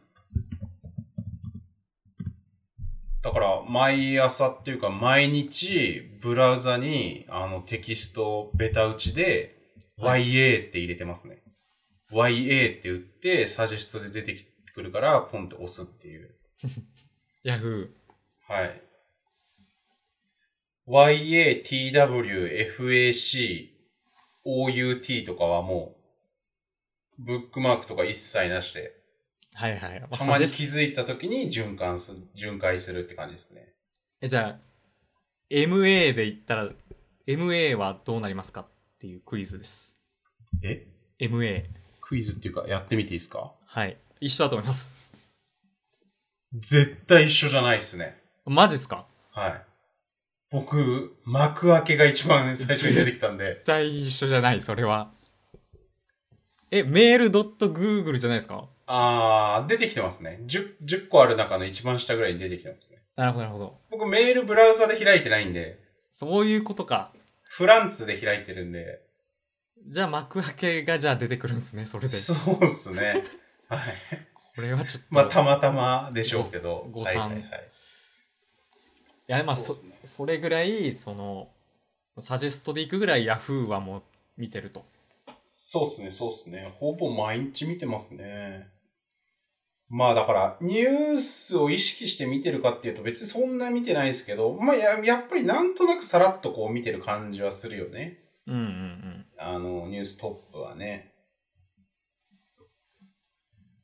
Speaker 2: だから、毎朝っていうか、毎日、ブラウザに、あの、テキストをベタ打ちで、
Speaker 1: は
Speaker 2: YA って入れてますね。YA って打って、サジェストで出てくるから、ポンって押すっていう。
Speaker 1: ヤフ
Speaker 2: はい。YA、TW、FAC、OUT とかはもう、ブックマークとか一切なしで、
Speaker 1: ーはいはい、まあ、
Speaker 2: たま
Speaker 1: サジ
Speaker 2: に
Speaker 1: ェス
Speaker 2: 気づいた時に循環する、巡回するって感じですね。
Speaker 1: えじゃあ MA で言ったら MA はどうなりますかっていうクイズです
Speaker 2: え
Speaker 1: MA
Speaker 2: クイズっていうか、やってみていいですか
Speaker 1: はい一緒だと思います
Speaker 2: 絶対一緒じゃないですね。
Speaker 1: マジっすか
Speaker 2: はい。僕、幕開けが一番最初に出てきたんで、
Speaker 1: 絶対一緒じゃない、それは。え、メール .google じゃないですか
Speaker 2: あー、出てきてますね。10、10個ある中の一番下ぐらいに出てきてますね。
Speaker 1: なるほど、なるほど。
Speaker 2: 僕、メールブラウザで開いてないんで、
Speaker 1: そういうことか。
Speaker 2: フランツで開いてるんで、
Speaker 1: じゃあ幕開けがじゃあ出てくるんですね、それで。
Speaker 2: そうっす ね。はい。
Speaker 1: これはちょっと。
Speaker 2: まあ、たまたまでしょうけど。
Speaker 1: ごご
Speaker 2: はい
Speaker 1: 参
Speaker 2: はいはい
Speaker 1: いやまあそ
Speaker 2: そうっすね
Speaker 1: それぐらいそのサジェストでいくぐらいヤフーはもう見てると
Speaker 2: そうっすね、そうっすね。ほぼ毎日見てますね。まあだから、ニュースを意識して見てるかっていうと別にそんな見てないですけど、まあややっぱりなんとなくさらっとこう見てる感じはするよね。
Speaker 1: うんうんうん
Speaker 2: あの、ニューストップはね。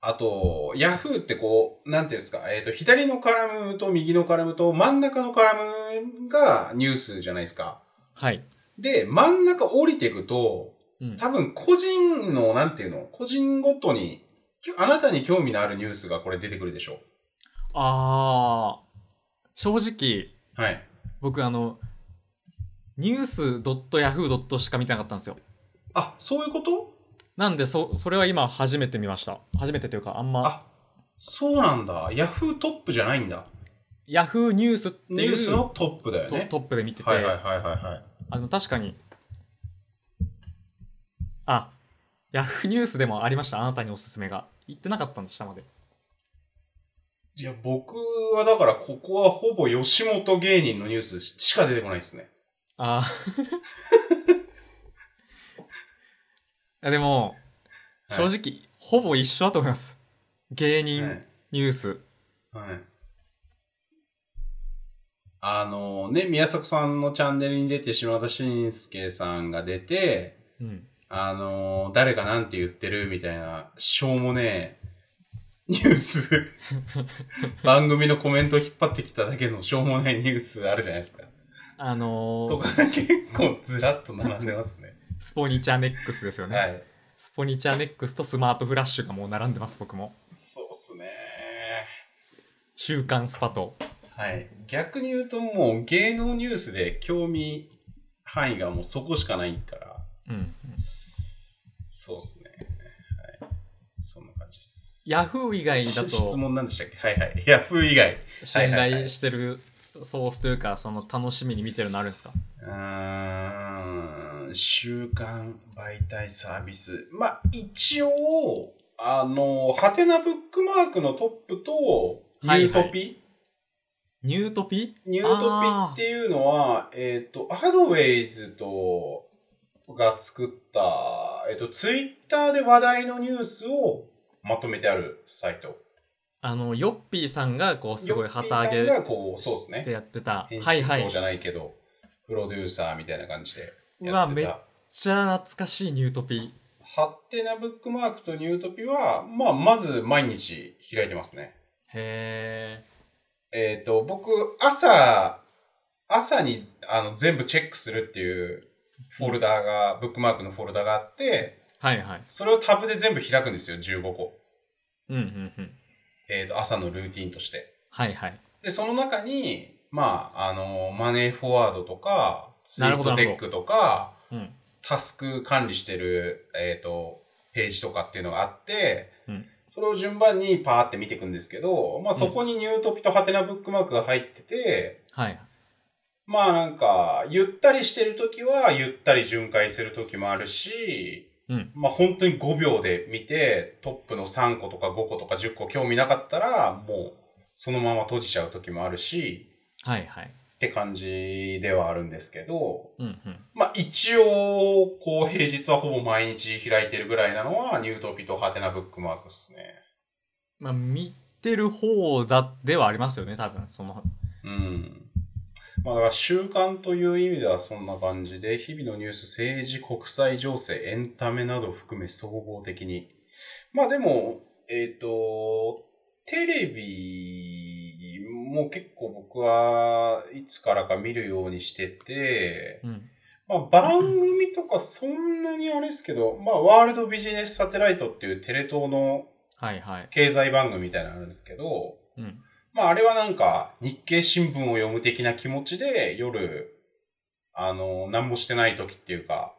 Speaker 2: あと、ヤフーってこう、なんていうんですか、えっ、と、左のカラムと右のカラムと真ん中のカラムがニュースじゃないですか。
Speaker 1: はい、
Speaker 2: で、真ん中降りていくと、
Speaker 1: うん、
Speaker 2: 多分個人の、なんていうの、個人ごとに、きょあなたに興味のあるニュースがこれ出てくるでしょ
Speaker 1: あー正直
Speaker 2: う。はい。
Speaker 1: 僕あのニュース .yahoo. しか見てなかったんですよ
Speaker 2: あ、そういうこと
Speaker 1: なんでそそれは今初めて見ました初めてというかあんま
Speaker 2: あ、そうなんだ。ヤフートップじゃないんだ。
Speaker 1: ヤフーニュースって
Speaker 2: ニ
Speaker 1: い
Speaker 2: ュ
Speaker 1: う
Speaker 2: ースのトップだよ
Speaker 1: ト
Speaker 2: ね。
Speaker 1: トップで見てて、
Speaker 2: はいはいはいはいはい。
Speaker 1: あの確かにあヤフーニュースでもありましたあなたにおすすめが言ってなかったんで下まで
Speaker 2: いや、僕はだからここはほぼ吉本芸人のニュースしか出てこないですね。
Speaker 1: あー いやでも、
Speaker 2: はい
Speaker 1: 正直ほぼ一緒だと思います芸人、ニュース
Speaker 2: はい。はい。あのね、宮迫さんのチャンネルに出て、島田紳介さんが出て、
Speaker 1: うん
Speaker 2: あのー誰がなんて言ってるみたいな、しょうもねえ、ニュース。 番組のコメントを引っ張ってきただけのしょうもないニュースあるじゃないですか。
Speaker 1: あの
Speaker 2: と
Speaker 1: ー、
Speaker 2: か結構ずらっと並んでますね。
Speaker 1: スポニチャーネックスですよ ね、
Speaker 2: はい。
Speaker 1: スポニチャーネックスとスマートフラッシュがもう並んでます僕も
Speaker 2: そうっすね。
Speaker 1: 週刊スパと
Speaker 2: はい。逆に言うともう芸能ニュースで興味範囲がもうそこしかないから、
Speaker 1: うん
Speaker 2: そうっすね。はい。そんな感じです。
Speaker 1: ヤフー以外だ
Speaker 2: し質
Speaker 1: と
Speaker 2: 問なんでしたっけはいはい。ヤフー以外。
Speaker 1: 信
Speaker 2: はいはいは
Speaker 1: 頼
Speaker 2: い
Speaker 1: してるソースというかその楽しみに見てるのあるんですか
Speaker 2: うーん週刊媒体サービス。まあ、一応、あの、ハテナブックマークのトップと、ニ
Speaker 1: はいはい
Speaker 2: ュートピ、
Speaker 1: ニュートピ
Speaker 2: ニュートピっていうのは、えっ、と、ハドウェイズと、が作った、えっ、と、ツイッターで話題のニュースをまとめてあるサイト。
Speaker 1: あのヨッピーさんがこうすごい旗揚
Speaker 2: ヨッピー
Speaker 1: げ
Speaker 2: さんがこう、そうです
Speaker 1: って
Speaker 2: ね。
Speaker 1: やってた。
Speaker 2: 編
Speaker 1: はい
Speaker 2: 集
Speaker 1: はい。め
Speaker 2: 長
Speaker 1: っ
Speaker 2: じゃないけど、プロデューサーみたいな感じでやって
Speaker 1: う
Speaker 2: た。
Speaker 1: わめちゃ懐かしいニュートピ
Speaker 2: ハッテナブックマークとニュートピは、まあ、まず毎日開いてますね。
Speaker 1: ー。へ
Speaker 2: えっ、と、僕、朝、朝にあの全部チェックするっていうフォルダーが、ブックマークのフォルダがあって、
Speaker 1: ー。はいはい。
Speaker 2: それをタブで全部開くんですよ、15個。
Speaker 1: うんうんうん。
Speaker 2: えっ、と、朝のルーティンとして。
Speaker 1: はいはい。
Speaker 2: で、その中に、まあ、あの、マネーフォワードとか、スイ
Speaker 1: なる
Speaker 2: ー
Speaker 1: ほど
Speaker 2: ト
Speaker 1: なる
Speaker 2: テ
Speaker 1: ほど
Speaker 2: ックとか、
Speaker 1: うん。
Speaker 2: タスク管理してる、えっ、と、ページとかっていうのがあって、
Speaker 1: うん
Speaker 2: それを順番にパーって見ていくんですけど、まあそこにニュートピとハテナブックマークが入ってて、
Speaker 1: はい。
Speaker 2: まあなんか、ゆったりしてるときは、ゆったり巡回するときもあるし、
Speaker 1: うん
Speaker 2: まあ本当に5秒で見て、トップの3個とか5個とか10個興味なかったら、もうそのまま閉じちゃうときもあるし、
Speaker 1: はいはい。
Speaker 2: って感じではあるんですけど、
Speaker 1: うんうん。
Speaker 2: まあ一応、こう平日はほぼ毎日開いてるぐらいなのは、ニュートピとハテナブックマークですね。
Speaker 1: まあ見てる方だではありますよね、多分。その。
Speaker 2: うん。まあだから習慣という意味ではそんな感じで、日々のニュース、政治、国際情勢、エンタメなどを含め総合的に。まあでも、えっ、と、テレビも結構僕はいつからか見るようにしてて、
Speaker 1: うん。
Speaker 2: まあ番組とかそんなにあれですけど、まあワールドビジネスサテライトっていうテレ東の
Speaker 1: はいはい。
Speaker 2: 経済番組みたいなのあるんですけど、
Speaker 1: うん。
Speaker 2: まああれはなんか日経新聞を読む的な気持ちで夜、あの、何もしてない時っていうか、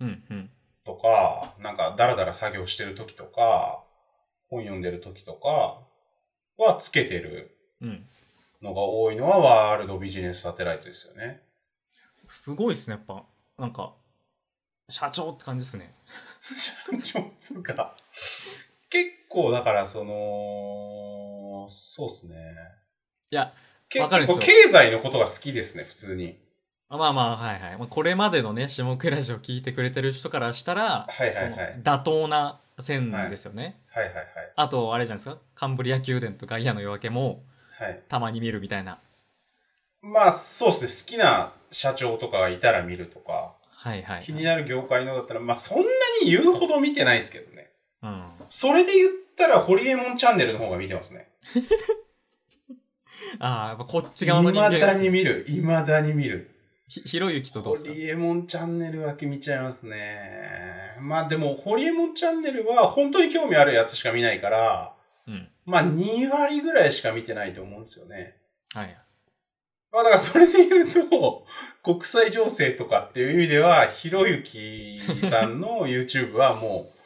Speaker 1: うんうん。
Speaker 2: とか、なんかダラダラ作業してる時とか、本読んでる時とかはつけてる
Speaker 1: うん。
Speaker 2: のが多いのはワールドビジネスサテライトですよね。
Speaker 1: すごいですね、やっぱ。なんか、社長って感じですね。
Speaker 2: ちょっつうか。結構だからその、そうっすね。
Speaker 1: いや、
Speaker 2: 結
Speaker 1: わかるんです
Speaker 2: 構
Speaker 1: よ
Speaker 2: 経済のことが好きですね、普通に。
Speaker 1: まあまあ、はいはい。まあ、これまでのね、下クラジオ聞いてくれてる人からしたら、
Speaker 2: はいはいはい
Speaker 1: その妥当な線ですよね。
Speaker 2: はいはい
Speaker 1: あと、あれじゃないですか、カンブリア宮殿とガイアの夜明けも
Speaker 2: はい。はい。
Speaker 1: たまに見るみたいな。
Speaker 2: まあそうですね、好きな社長とかがいたら見るとか、
Speaker 1: はいはい、はい。
Speaker 2: 気になる業界のだったら、まあそんなに言うほど見てないですけどね。
Speaker 1: うん。
Speaker 2: それで言ったら、ホリエモンチャンネルの方が見てますね。
Speaker 1: ああ、やっぱこっち
Speaker 2: い
Speaker 1: 側の人間
Speaker 2: ま
Speaker 1: で
Speaker 2: だ
Speaker 1: す、
Speaker 2: に
Speaker 1: ね。
Speaker 2: 見る。いまだに見る。
Speaker 1: ひひろゆきとどう
Speaker 2: ホ
Speaker 1: ですか
Speaker 2: リエモンチャンネルは見ちゃいますね。まあでも、ホリエモンチャンネルは本当に興味あるやつしか見ないから、
Speaker 1: うん。
Speaker 2: まあ2割ぐらいしか見てないと思うんですよね。
Speaker 1: はい。
Speaker 2: まあだからそれで言うと、国際情勢とかっていう意味では、ひろゆきさんの YouTube はもう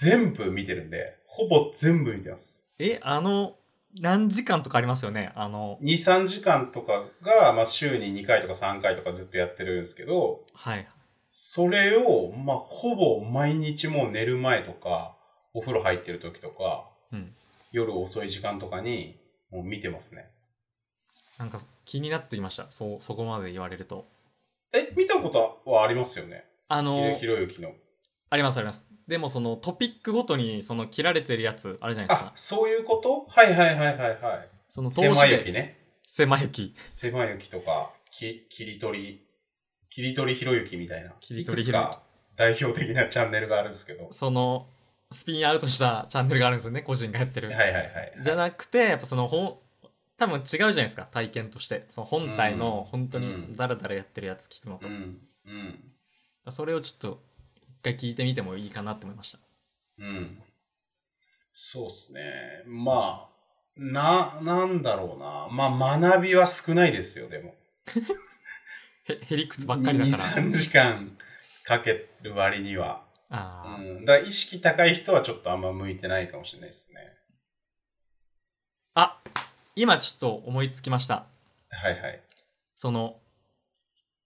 Speaker 2: 全部見てるんで、ほぼ全部見てます。
Speaker 1: え、あの、何時間とかありますよねあの、
Speaker 2: 2、3時間とかが、まあ週に2回とか3回とかずっとやってるんですけど、
Speaker 1: はい。
Speaker 2: それを、まあ、ほぼ毎日もう寝る前とか、お風呂入ってる時とか、
Speaker 1: うん
Speaker 2: 夜遅い時間とかに、もう見てますね。
Speaker 1: なんか気になってきました。そう、そこまで言われると。
Speaker 2: え、見たことはありますよね。
Speaker 1: あの
Speaker 2: ひ、ろゆきの。
Speaker 1: ありますあります。でもそのトピックごとにその切られてるやつあるじゃないです
Speaker 2: あ
Speaker 1: か、。
Speaker 2: そういうことはいはいはいはいはい。
Speaker 1: その投
Speaker 2: 狭
Speaker 1: 資
Speaker 2: い雪
Speaker 1: で
Speaker 2: ね。
Speaker 1: 狭い雪。
Speaker 2: 狭い雪とか、き、切り取り、切り取りひろゆきみたいな。
Speaker 1: 切り取り
Speaker 2: いくつか代表的なチャンネルがあるんですけど。は
Speaker 1: そのスピンアウトしたチャンネルがあるんですよね、個人がやってる。
Speaker 2: いはいはい。
Speaker 1: じゃなくて、やっぱその本、多分違うじゃないですか、体験として。その本体の
Speaker 2: うん
Speaker 1: 本当
Speaker 2: う
Speaker 1: に
Speaker 2: ん
Speaker 1: ダラダラやってるやつ聞くの
Speaker 2: う
Speaker 1: と。
Speaker 2: ん。うん。
Speaker 1: それをちょっと一回聞いてみてもいいかなって思いました。
Speaker 2: うん。そうっすね。まあ、な、なんだろうな。まあ、学びは少ないですよ、でも。
Speaker 1: へ、へりくつばっかりだ
Speaker 2: 2、
Speaker 1: から。
Speaker 2: 3時間かける割には。う
Speaker 1: ああ、
Speaker 2: ん。だから意識高い人はちょっとあんま向いてないかもしれないですね。
Speaker 1: あ、今ちょっと思いつきました。
Speaker 2: はいはい。
Speaker 1: その、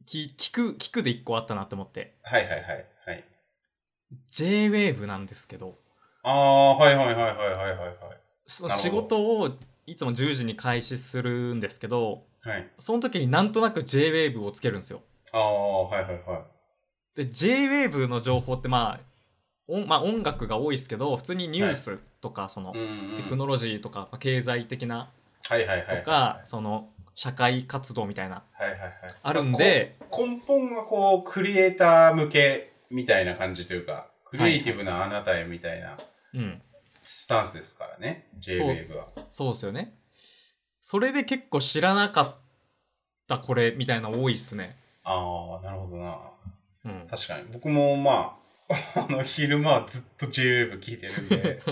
Speaker 1: き聞く、聞くで一個あったなって思って。
Speaker 2: はいはいはい。はい。
Speaker 1: J-Wave なんですけど、
Speaker 2: ああ、はいはいはいはいはいはい
Speaker 1: その
Speaker 2: なるほ
Speaker 1: 仕
Speaker 2: ど
Speaker 1: 事をいつも10時に開始するんですけど、
Speaker 2: はい。はい。
Speaker 1: その時になんとなく J-Wave をつけるんですよ。
Speaker 2: ああ、はいはいはい。
Speaker 1: で JWAVE の情報ってまあ音,、まあ、音楽が多いですけど普通にニュースとかその、
Speaker 2: うん、うん。
Speaker 1: テクノロジーとか、まあ経済的な
Speaker 2: はいはいはい。
Speaker 1: とか、その社会活動みたいな
Speaker 2: はいはいはい。
Speaker 1: あるん。で、
Speaker 2: 根本がこう、クリエイター向けみたいな感じというか、クリエイティブなあなたへみたいな
Speaker 1: うん、
Speaker 2: スタンスですからね、JWAVE は。
Speaker 1: そうですよねそれで結構知らなかったこれみたいなの多いっすね、
Speaker 2: ああ、なるほどな。
Speaker 1: うん、
Speaker 2: 確かに。僕もまあ、 あの、昼間はずっと JWAVE 聞いてる んで。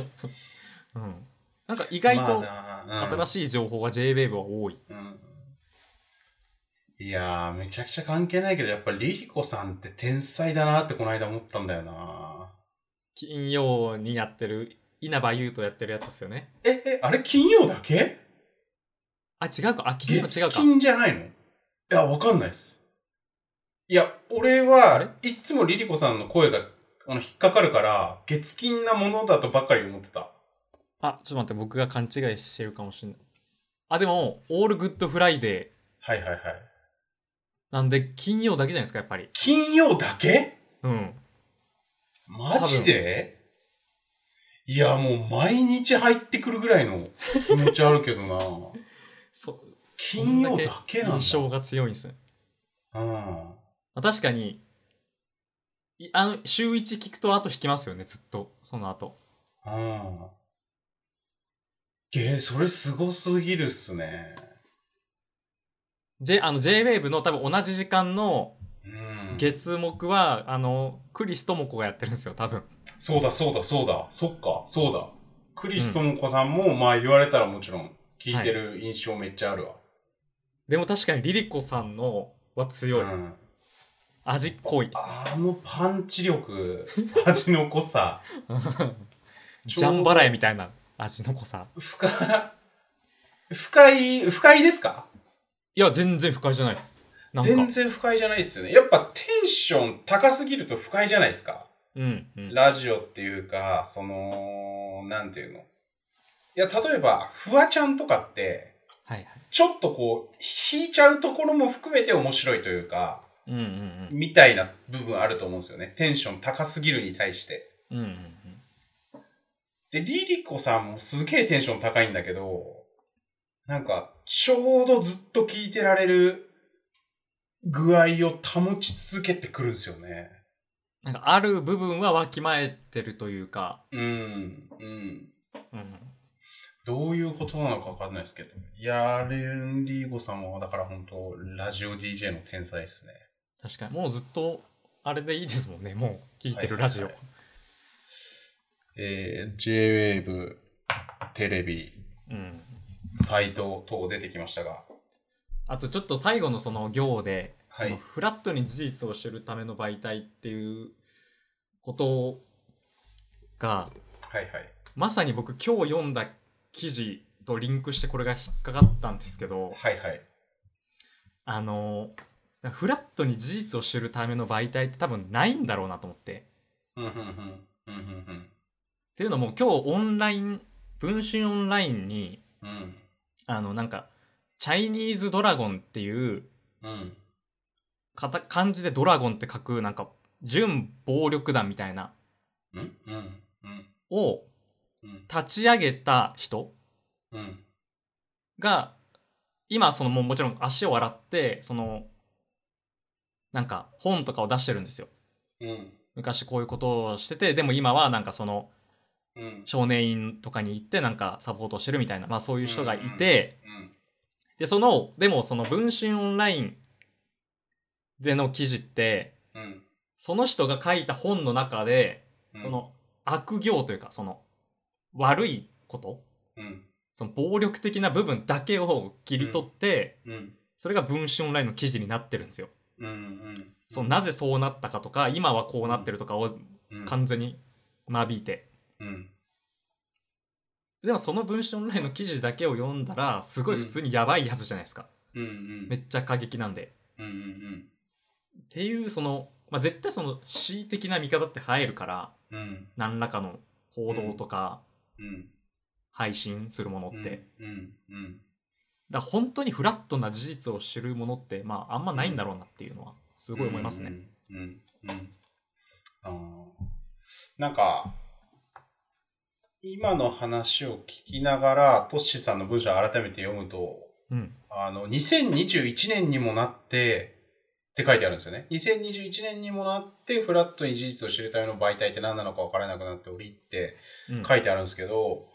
Speaker 1: うん、なんか意外と
Speaker 2: まあなうん
Speaker 1: 新しい情報が JWAVE は多い、
Speaker 2: うんいやー、めちゃくちゃ関係ないけど、やっぱりリリコさんって天才だなってこの間思ったんだよな。
Speaker 1: 金曜にやってる稲葉優とやってるやつですよね
Speaker 2: え、え、あれ金曜だけ
Speaker 1: あ違うかあ金曜は違
Speaker 2: 月
Speaker 1: うか
Speaker 2: 金じゃないのいや、わかんないっす。いや、俺はいっつもリリコさんの声があの引っかかるから、月金なものだとばっかり思ってた。
Speaker 1: あ、ちょっと待って、僕が勘違いしてるかもしれない。あ、でも、オールグッドフライデ
Speaker 2: はいはいはい。
Speaker 1: ーなんで、金曜だけじゃないですか、やっぱり。
Speaker 2: 金曜だけ
Speaker 1: うん。
Speaker 2: マジでいや、もう毎日入ってくるぐらいの気持ちあるけどな。
Speaker 1: そ
Speaker 2: 金曜だけなんだ。
Speaker 1: 印象が強いんですね。
Speaker 2: うん。
Speaker 1: まあ確かに、いあの、週1聞くと後引きますよね、ずっと。その後。
Speaker 2: うん。えー、それすごすぎるっすね。
Speaker 1: J、あの、J-Wave の多分同じ時間の
Speaker 2: うん。
Speaker 1: 月木は、あの、クリストモコがやってるんですよ、多分。
Speaker 2: そうだそうだそうだ。そっか、そうだ。クリストモコさんも、まあ言われたらもちろん聞いてる印象めっちゃあるわ。
Speaker 1: でも確かにリリコさんのは強い。
Speaker 2: うん、
Speaker 1: 味っこい。
Speaker 2: あのパンチ力、味の濃さ、
Speaker 1: ジャンバラエみたいな味の濃さ。
Speaker 2: 深い、深い、深いですか
Speaker 1: いや、全然不快じゃないです。なんか。
Speaker 2: 全然不快じゃないですよね。やっぱテンション高すぎると不快じゃないですか。
Speaker 1: うん、うん。
Speaker 2: ラジオっていうか、その、なんていうの。いや、例えば、フワちゃんとかって、
Speaker 1: はいはい。
Speaker 2: ちょっとこう、引いちゃうところも含めて面白いというか、
Speaker 1: うんうん
Speaker 2: みたいな部分あると思うんですよね。テンション高すぎるに対して。
Speaker 1: うん。うんうんうん。
Speaker 2: で、リリコさんもすげえテンション高いんだけど、なんか、ちょうどずっと聞いてられる具合を保ち続けてくるんですよね。
Speaker 1: なんかある部分はわきまえてるというか、
Speaker 2: うん、うん。
Speaker 1: うん、
Speaker 2: どういうことなのかわかんないですけど。いやー、レンリーゴさんはだから本当ラジオ DJ の天才ですね。
Speaker 1: 確かにもうずっとあれでいいですもんねもう聞いてるラジオ、
Speaker 2: はいえー、JWAVE、テレビ、
Speaker 1: うん、
Speaker 2: サイト等出てきましたが。
Speaker 1: あとちょっと最後のその行で、
Speaker 2: はい
Speaker 1: そのフラットに事実を知るための媒体っていうことが
Speaker 2: はいはい。
Speaker 1: まさに僕今日読んだ記事とリンクしてこれが引っかかったんですけど
Speaker 2: はいはい。
Speaker 1: あのフラットに事実を知るための媒体って多分ないんだろうなと思って。
Speaker 2: うんうんうん。うんうん
Speaker 1: っていうのも今日オンライン文春オンラインに
Speaker 2: うん。うん。
Speaker 1: あのなんかチャイニーズドラゴンっていう
Speaker 2: うん。
Speaker 1: かた漢字でドラゴンって書くなんか準暴力団みたいな
Speaker 2: うんうん。うん。
Speaker 1: を
Speaker 2: うん。
Speaker 1: 立ち上げた人
Speaker 2: うん。
Speaker 1: が今そのもうもちろん足を洗ってそのなんか本とかを出してるんですよ
Speaker 2: うん。
Speaker 1: 昔こういうことをしててでも今はなんかその
Speaker 2: うん。
Speaker 1: 少年院とかに行ってなんかサポートしてるみたいなまあそういう人がいて、
Speaker 2: うん。
Speaker 1: で、その、でもその文春オンラインでの記事って、
Speaker 2: うん。
Speaker 1: その人が書いた本の中で、
Speaker 2: うん
Speaker 1: そ、の悪行というか、その悪いこと、
Speaker 2: うん。
Speaker 1: その暴力的な部分だけを切り取って、
Speaker 2: うん。
Speaker 1: それが文春オンラインの記事になってるんですよ。
Speaker 2: うん。うん。
Speaker 1: そのなぜそうなったかとか、今はこうなってるとかを
Speaker 2: うん。
Speaker 1: 完全に間引いて。
Speaker 2: うん。
Speaker 1: でもその文春オンラインの記事だけを読んだら、すごい普通にやばいやつじゃないですか。
Speaker 2: うん。うん。
Speaker 1: めっちゃ過激なんで。
Speaker 2: うん。うん。
Speaker 1: っていうその、まあ、絶対その恣意的な見方って入るから
Speaker 2: うん。
Speaker 1: 何らかの報道とか
Speaker 2: うん。
Speaker 1: 配信するものって、だか。
Speaker 2: うん。うん。
Speaker 1: ら本当にフラットな事実を知るものってまああんまないんだろうなっていうのはすごい思いますね。
Speaker 2: うん。うん。うんあのなんか、今の話を聞きながら、トッシーさんの文章を改めて読むと、
Speaker 1: うん、
Speaker 2: あの、2021年にもなって、って書いてあるんですよね。2021年にもなって、フラットに事実を知るための媒体って何なのか分からなくなっておりって
Speaker 1: うん
Speaker 2: 書いてあるんですけど、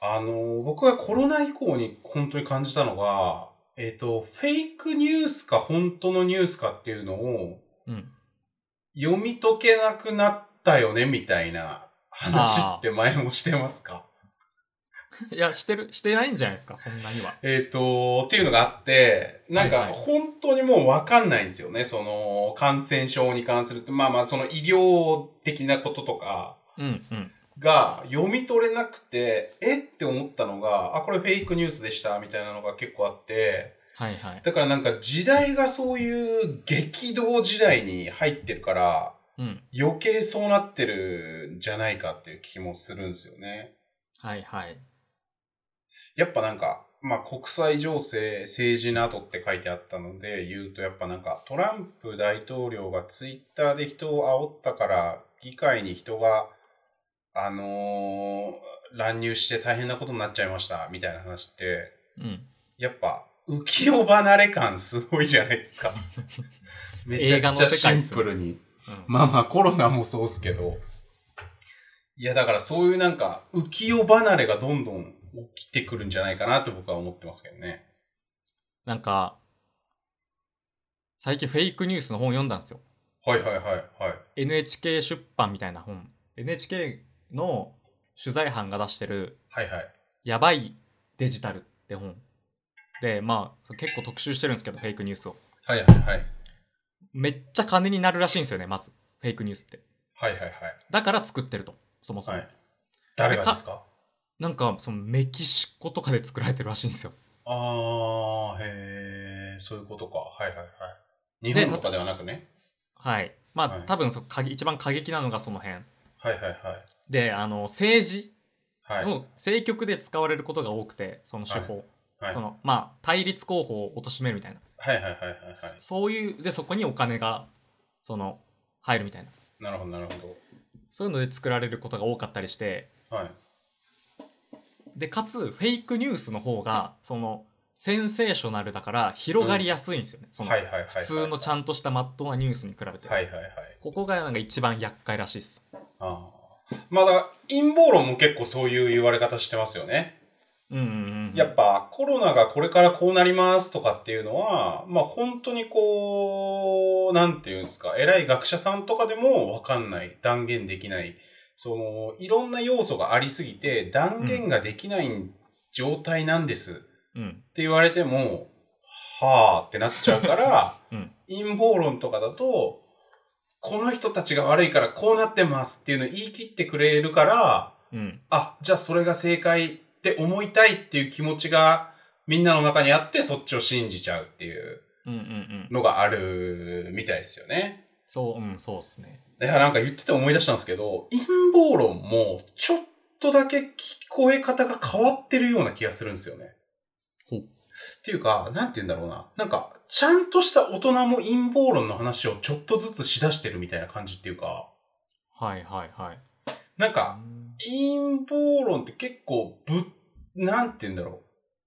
Speaker 2: あの、僕がコロナ以降に本当に感じたのが、えっ、と、フェイクニュースか本当のニュースかっていうのを
Speaker 1: うん
Speaker 2: 読み解けなくなったよね、みたいな話って前もしてますか
Speaker 1: いやしてるしてないんじゃないですかそんなには。
Speaker 2: えっ、と、っていうのがあって、なんか
Speaker 1: はいはい
Speaker 2: 本当にもうわかんないんですよね。その感染症に関するって、まあまあその医療的なこととか
Speaker 1: うんうん
Speaker 2: が読み取れなくて、えって思ったのが、あ、これフェイクニュースでしたみたいなのが結構あって、
Speaker 1: はいはい。
Speaker 2: だからなんか時代がそういう激動時代に入ってるから、
Speaker 1: うん
Speaker 2: 余計そうなってるんじゃないかっていう気もするんですよね。
Speaker 1: はいはい。
Speaker 2: やっぱなんか、まあ、国際情勢、政治などって書いてあったので言うと、やっぱなんかトランプ大統領がツイッターで人を煽ったから、議会に人が、あのー乱入して大変なことになっちゃいました、みたいな話って、
Speaker 1: うん、
Speaker 2: やっぱ浮世離れ感すごいじゃないですか。めち
Speaker 1: 映
Speaker 2: ゃ
Speaker 1: 画
Speaker 2: く
Speaker 1: の
Speaker 2: ちゃ
Speaker 1: 世界っ
Speaker 2: シン
Speaker 1: すね
Speaker 2: プルに。
Speaker 1: うん
Speaker 2: まあまあコロナもそうっすけど。いやだからそういうなんか浮世離れがどんどん起きてくるんじゃないかなと僕は思ってますけどね。
Speaker 1: なんか最近フェイクニュースの本読んだんですよ。
Speaker 2: はいはいはいはい。
Speaker 1: NHK 出版みたいな本 NHK の取材班が出してる
Speaker 2: はいはい。
Speaker 1: やばいデジタルっ絵本でまあ結構特集してるんですけどフェイクニュースを
Speaker 2: はいはいはい。
Speaker 1: めっちゃ金になるらしいんですよねまずフェイクニュースって
Speaker 2: はいはいはい。
Speaker 1: だから作ってるとそもそも、
Speaker 2: はい、誰がですか
Speaker 1: なんかそのメキシコとかで作られてるらしいんですよ
Speaker 2: あー、へー、そういうことか。はいはいはい。日本とかではなくね。
Speaker 1: はいまあ、
Speaker 2: はい
Speaker 1: 多分そ過激一番過激なのがその辺
Speaker 2: はいはいはい。
Speaker 1: であの政治
Speaker 2: はい。
Speaker 1: の政局で使われることが多くてその手法、
Speaker 2: はい、
Speaker 1: そのまあ対立候補を貶めるみたいな、
Speaker 2: はいはいはいはいはい。
Speaker 1: そそういうでそこにお金がその入るみたいな
Speaker 2: なるほどなるほ
Speaker 1: そういうので作られることが多かったりして
Speaker 2: ど。はい。
Speaker 1: でかつフェイクニュースの方がそのセンセーショナルだから広がりやすいんですよね、その
Speaker 2: はいはいはいはい。
Speaker 1: 普通のちゃんとしたまっとうなニュースに比べて、
Speaker 2: はいはいはい。
Speaker 1: ここがなんか一番厄介らしいです
Speaker 2: あーまあだから陰謀論も結構そういう言われ方してますよね。
Speaker 1: うんうんうんうん
Speaker 2: やっぱコロナがこれからこうなりますとかっていうのは、まあ本当にこう、なんていうんですか、偉い学者さんとかでもわかんない、断言できない、その、いろんな要素がありすぎて、断言ができない状態なんですって
Speaker 1: うん
Speaker 2: 言われても、はぁってなっちゃうから、
Speaker 1: うん
Speaker 2: 陰謀論とかだと、この人たちが悪いからこうなってますっていうのを言い切ってくれるから、
Speaker 1: うん
Speaker 2: あ、じゃあそれが正解って思いたいっていう気持ちがみんなの中にあってそっちを信じちゃうっていう
Speaker 1: うんうんうん
Speaker 2: のがあるみたいですよね。
Speaker 1: そううんそうっすね
Speaker 2: いや、なんか言ってて思い出したんですけど、陰謀論もちょっとだけ聞こえ方が変わってるような気がするんですよね。
Speaker 1: ほう
Speaker 2: っていうか、なんて言うんだろうな。なんか、ちゃんとした大人も陰謀論の話をちょっとずつしだしてるみたいな感じっていうか、
Speaker 1: はいはいはい
Speaker 2: なんか、陰謀論って結構ぶ、なんて言うんだろう。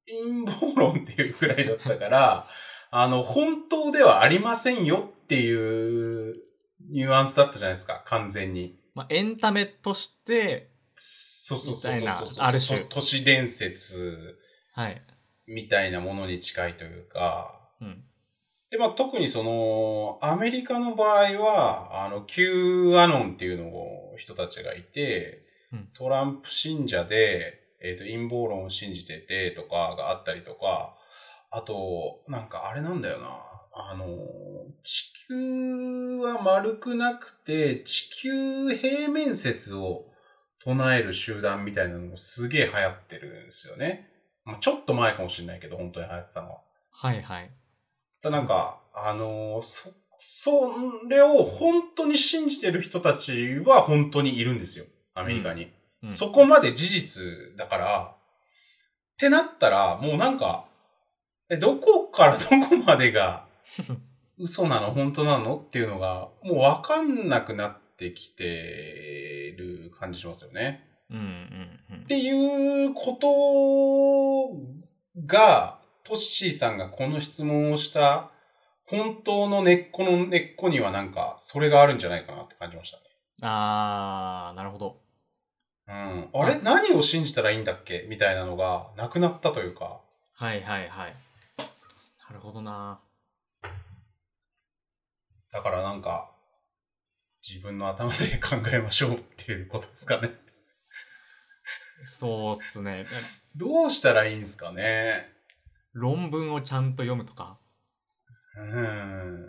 Speaker 2: 陰謀論っていうくらいだったから、 あの、本当ではありませんよっていうニュアンスだったじゃないですか、完全に。
Speaker 1: まあエンタメとして
Speaker 2: そうそうそうそう
Speaker 1: みたいな
Speaker 2: そう
Speaker 1: ある種
Speaker 2: 都市伝説
Speaker 1: はい
Speaker 2: みたいなものに近いというか。
Speaker 1: うん
Speaker 2: で、まあ、特にその、アメリカの場合は、あの、Q アノンっていうのを人たちがいて、
Speaker 1: うん
Speaker 2: トランプ信者で、えっ、と、陰謀論を信じててとかがあったりとか、あと、なんかあれなんだよな。あの、地球は丸くなくて、地球平面説を唱える集団みたいなのもすげえ流行ってるんですよね。まあ、ちょっと前かもしれないけど、本当に流行ってたのは。
Speaker 1: はいはい
Speaker 2: ただなんか、あのーそ、それを本当に信じてる人たちは本当にいるんですよ。アメリカに。
Speaker 1: うん
Speaker 2: そこまで事実だから、ってなったら、もうなんか、え、どこから どこまでが嘘なの本当なのっていうのが、もうわかんなくなってきてる感じしますよね。
Speaker 1: うんうんうん
Speaker 2: っていうことが、トッシーさんがこの質問をした、本当の根っこの根っこにはなんか、それがあるんじゃないかなって感じました
Speaker 1: あーなるほど
Speaker 2: ね。うん。あれ何を信じたらいいんだっけみたいなのが、なくなったというか。
Speaker 1: はいはいはいなるほどな
Speaker 2: だからなんか、自分の頭で考えましょうっていうことですかね。
Speaker 1: そうっすね
Speaker 2: どうしたらいいんですかね。
Speaker 1: 論文をちゃんと読むとか
Speaker 2: うん。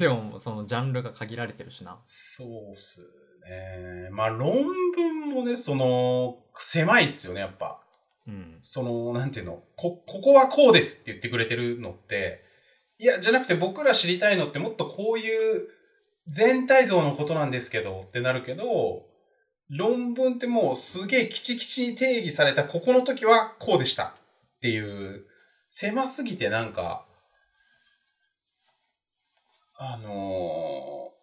Speaker 1: でもそのジャンルが限られてるしな
Speaker 2: そうっすね。まあ論文もね、その、狭いっすよね、やっぱ。
Speaker 1: うん
Speaker 2: その、なんていうの、こ、ここはこうですって言ってくれてるのって、いや、じゃなくて僕ら知りたいのってもっとこういう全体像のことなんですけどってなるけど、論文ってもうすげえきちきちに定義されたここの時はこうでしたっていう、狭すぎてなんか、あのー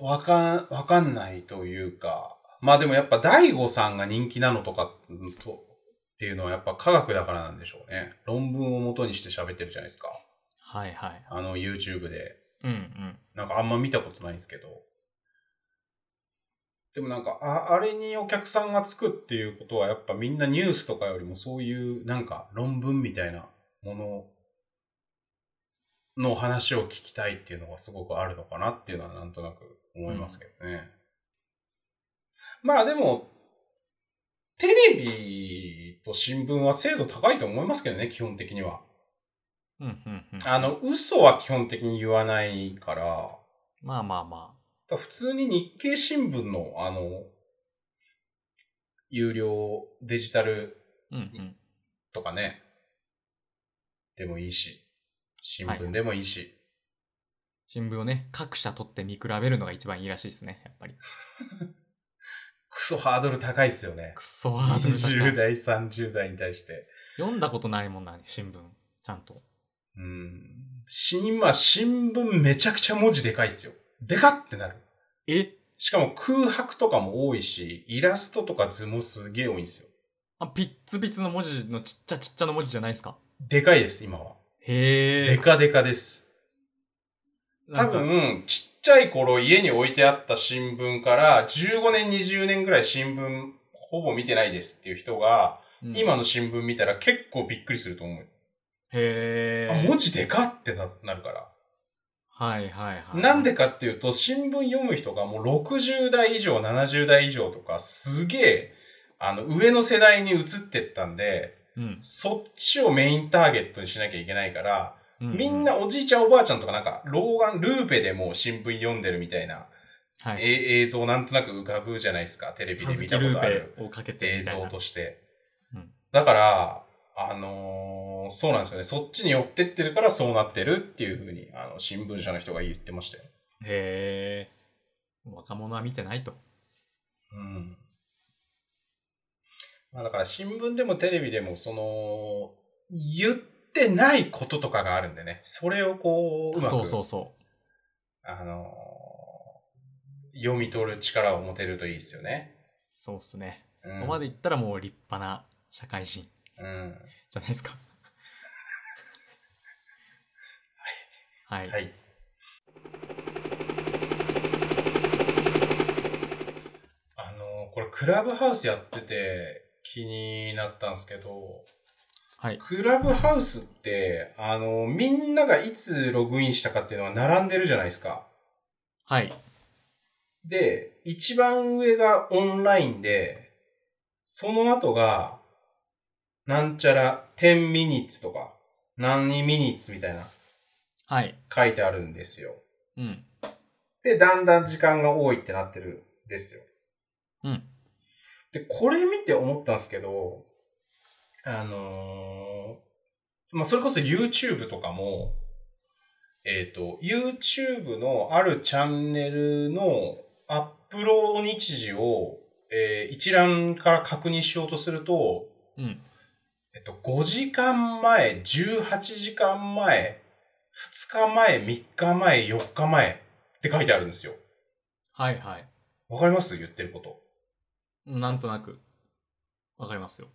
Speaker 2: わかん、わかんないというか、まあでもやっぱ大悟さんが人気なのとかと、っていうのはやっぱ科学だからなんでしょうね。論文を元にして喋ってるじゃないですか。
Speaker 1: はいはい
Speaker 2: あの YouTube で。
Speaker 1: うんうん
Speaker 2: なんかあんま見たことないんですけど。でもなんか、ああれにお客さんがつくっていうことはやっぱみんなニュースとかよりもそういうなんか論文みたいなものの話を聞きたいっていうのがすごくあるのかなっていうのはなんとなく思いますけどね。まあでも、テレビと、新聞は精度高いと思いますけどね、基本的には。
Speaker 1: うんうんうん。
Speaker 2: あの、嘘は基本的に言わないから、だか
Speaker 1: まあまあま
Speaker 2: ら普通に日経新聞の、あの、有料デジタル
Speaker 1: あ。うんうん。
Speaker 2: とかね、でもいいし、新
Speaker 1: はい
Speaker 2: 聞でもいいし、
Speaker 1: 新聞をね、各社取って見比べるのが一番いいらしいですね、やっぱり。
Speaker 2: クソハードル高いっすよね
Speaker 1: く。そハードル
Speaker 2: 20
Speaker 1: 高い。
Speaker 2: 代、30代に対して。
Speaker 1: 読んだことないもんな、新聞。ちゃんと。
Speaker 2: うん。し今、新聞めちゃくちゃ文字でかいっすよ。でかってなる。
Speaker 1: え
Speaker 2: しかも空白とかも多いし、イラストとか図もすげえ多いんですよ。
Speaker 1: あ、ピッツピツの文字のちっちゃちっちゃの文字じゃないですか。
Speaker 2: でかいです、今は。
Speaker 1: へ
Speaker 2: で
Speaker 1: え。
Speaker 2: かでかです。
Speaker 1: な
Speaker 2: 多
Speaker 1: んか。
Speaker 2: 分、ちっちゃい頃家に置いてあった新聞から、15年、20年ぐらい新聞ほぼ見てないですっていう人
Speaker 1: う
Speaker 2: が、
Speaker 1: ん
Speaker 2: 今の新聞見たら結構びっくりすると思う。
Speaker 1: へ
Speaker 2: あ
Speaker 1: え。
Speaker 2: 文字でかってななるから。
Speaker 1: はいはいはい。
Speaker 2: なんでかっていうと、新聞読む人がもう60代以上、70代以上とか、すげえ、あの、上の世代に移ってったんで、
Speaker 1: うん。
Speaker 2: そっちをメインターゲットにしなきゃいけないから、
Speaker 1: う
Speaker 2: みん、なおじいちゃんおばあちゃんとかなんか、老眼、ルーペでもう新聞読んでるみたいな、
Speaker 1: はい。
Speaker 2: え映像なんとなく浮かぶじゃないですか、テレビ
Speaker 1: は
Speaker 2: で
Speaker 1: ず
Speaker 2: 見
Speaker 1: き
Speaker 2: たこ
Speaker 1: ル
Speaker 2: とあ
Speaker 1: ー
Speaker 2: る
Speaker 1: ペをかけて
Speaker 2: 映
Speaker 1: みたい
Speaker 2: 像
Speaker 1: な。
Speaker 2: として
Speaker 1: うん。
Speaker 2: だから、あのーそうなんですよね。そっちに寄ってってるからそうなってるっていうふうに、あの、新聞社の人が言ってましたよ。
Speaker 1: へえ。若者は見てないと。
Speaker 2: うん。まあだから新聞でもテレビでも、その、言ってないこととかがあるんでね、それをこう、うまく、
Speaker 1: そうそうそ
Speaker 2: あのー読み取る力を持てるといいですよね。
Speaker 1: う。そうっすね。
Speaker 2: う
Speaker 1: こ
Speaker 2: ん
Speaker 1: こまでいったらもう立派な社会人じ
Speaker 2: うん。
Speaker 1: ゃないですか。はい。
Speaker 2: はい。あのーこれクラブハウスやってて気になったんですけど、
Speaker 1: はい。
Speaker 2: クラブハウスって、あの、みんながいつログインしたかっていうのは並んでるじゃないですか。
Speaker 1: はい。
Speaker 2: で、一番上がオンラインで、その後が、なんちゃら10ミニッツとか、何ミニッツみたいな
Speaker 1: はい。
Speaker 2: 書いてあるんですよ。
Speaker 1: うん。
Speaker 2: で、だんだん時間が多いってなってるんですよ。
Speaker 1: うん。
Speaker 2: で、これ見て思ったんですけど、あのーまあ、それこそ YouTube とかも、えっ、と、YouTube のあるチャンネルのアップロード日時を、えー一覧から確認しようとすると、
Speaker 1: うん。
Speaker 2: えっと、5時間前、18時間前、2日前、3日前、4日前って書いてあるんですよ。
Speaker 1: はいはい。
Speaker 2: わかります言ってること。
Speaker 1: なんとなく。わかりますよ。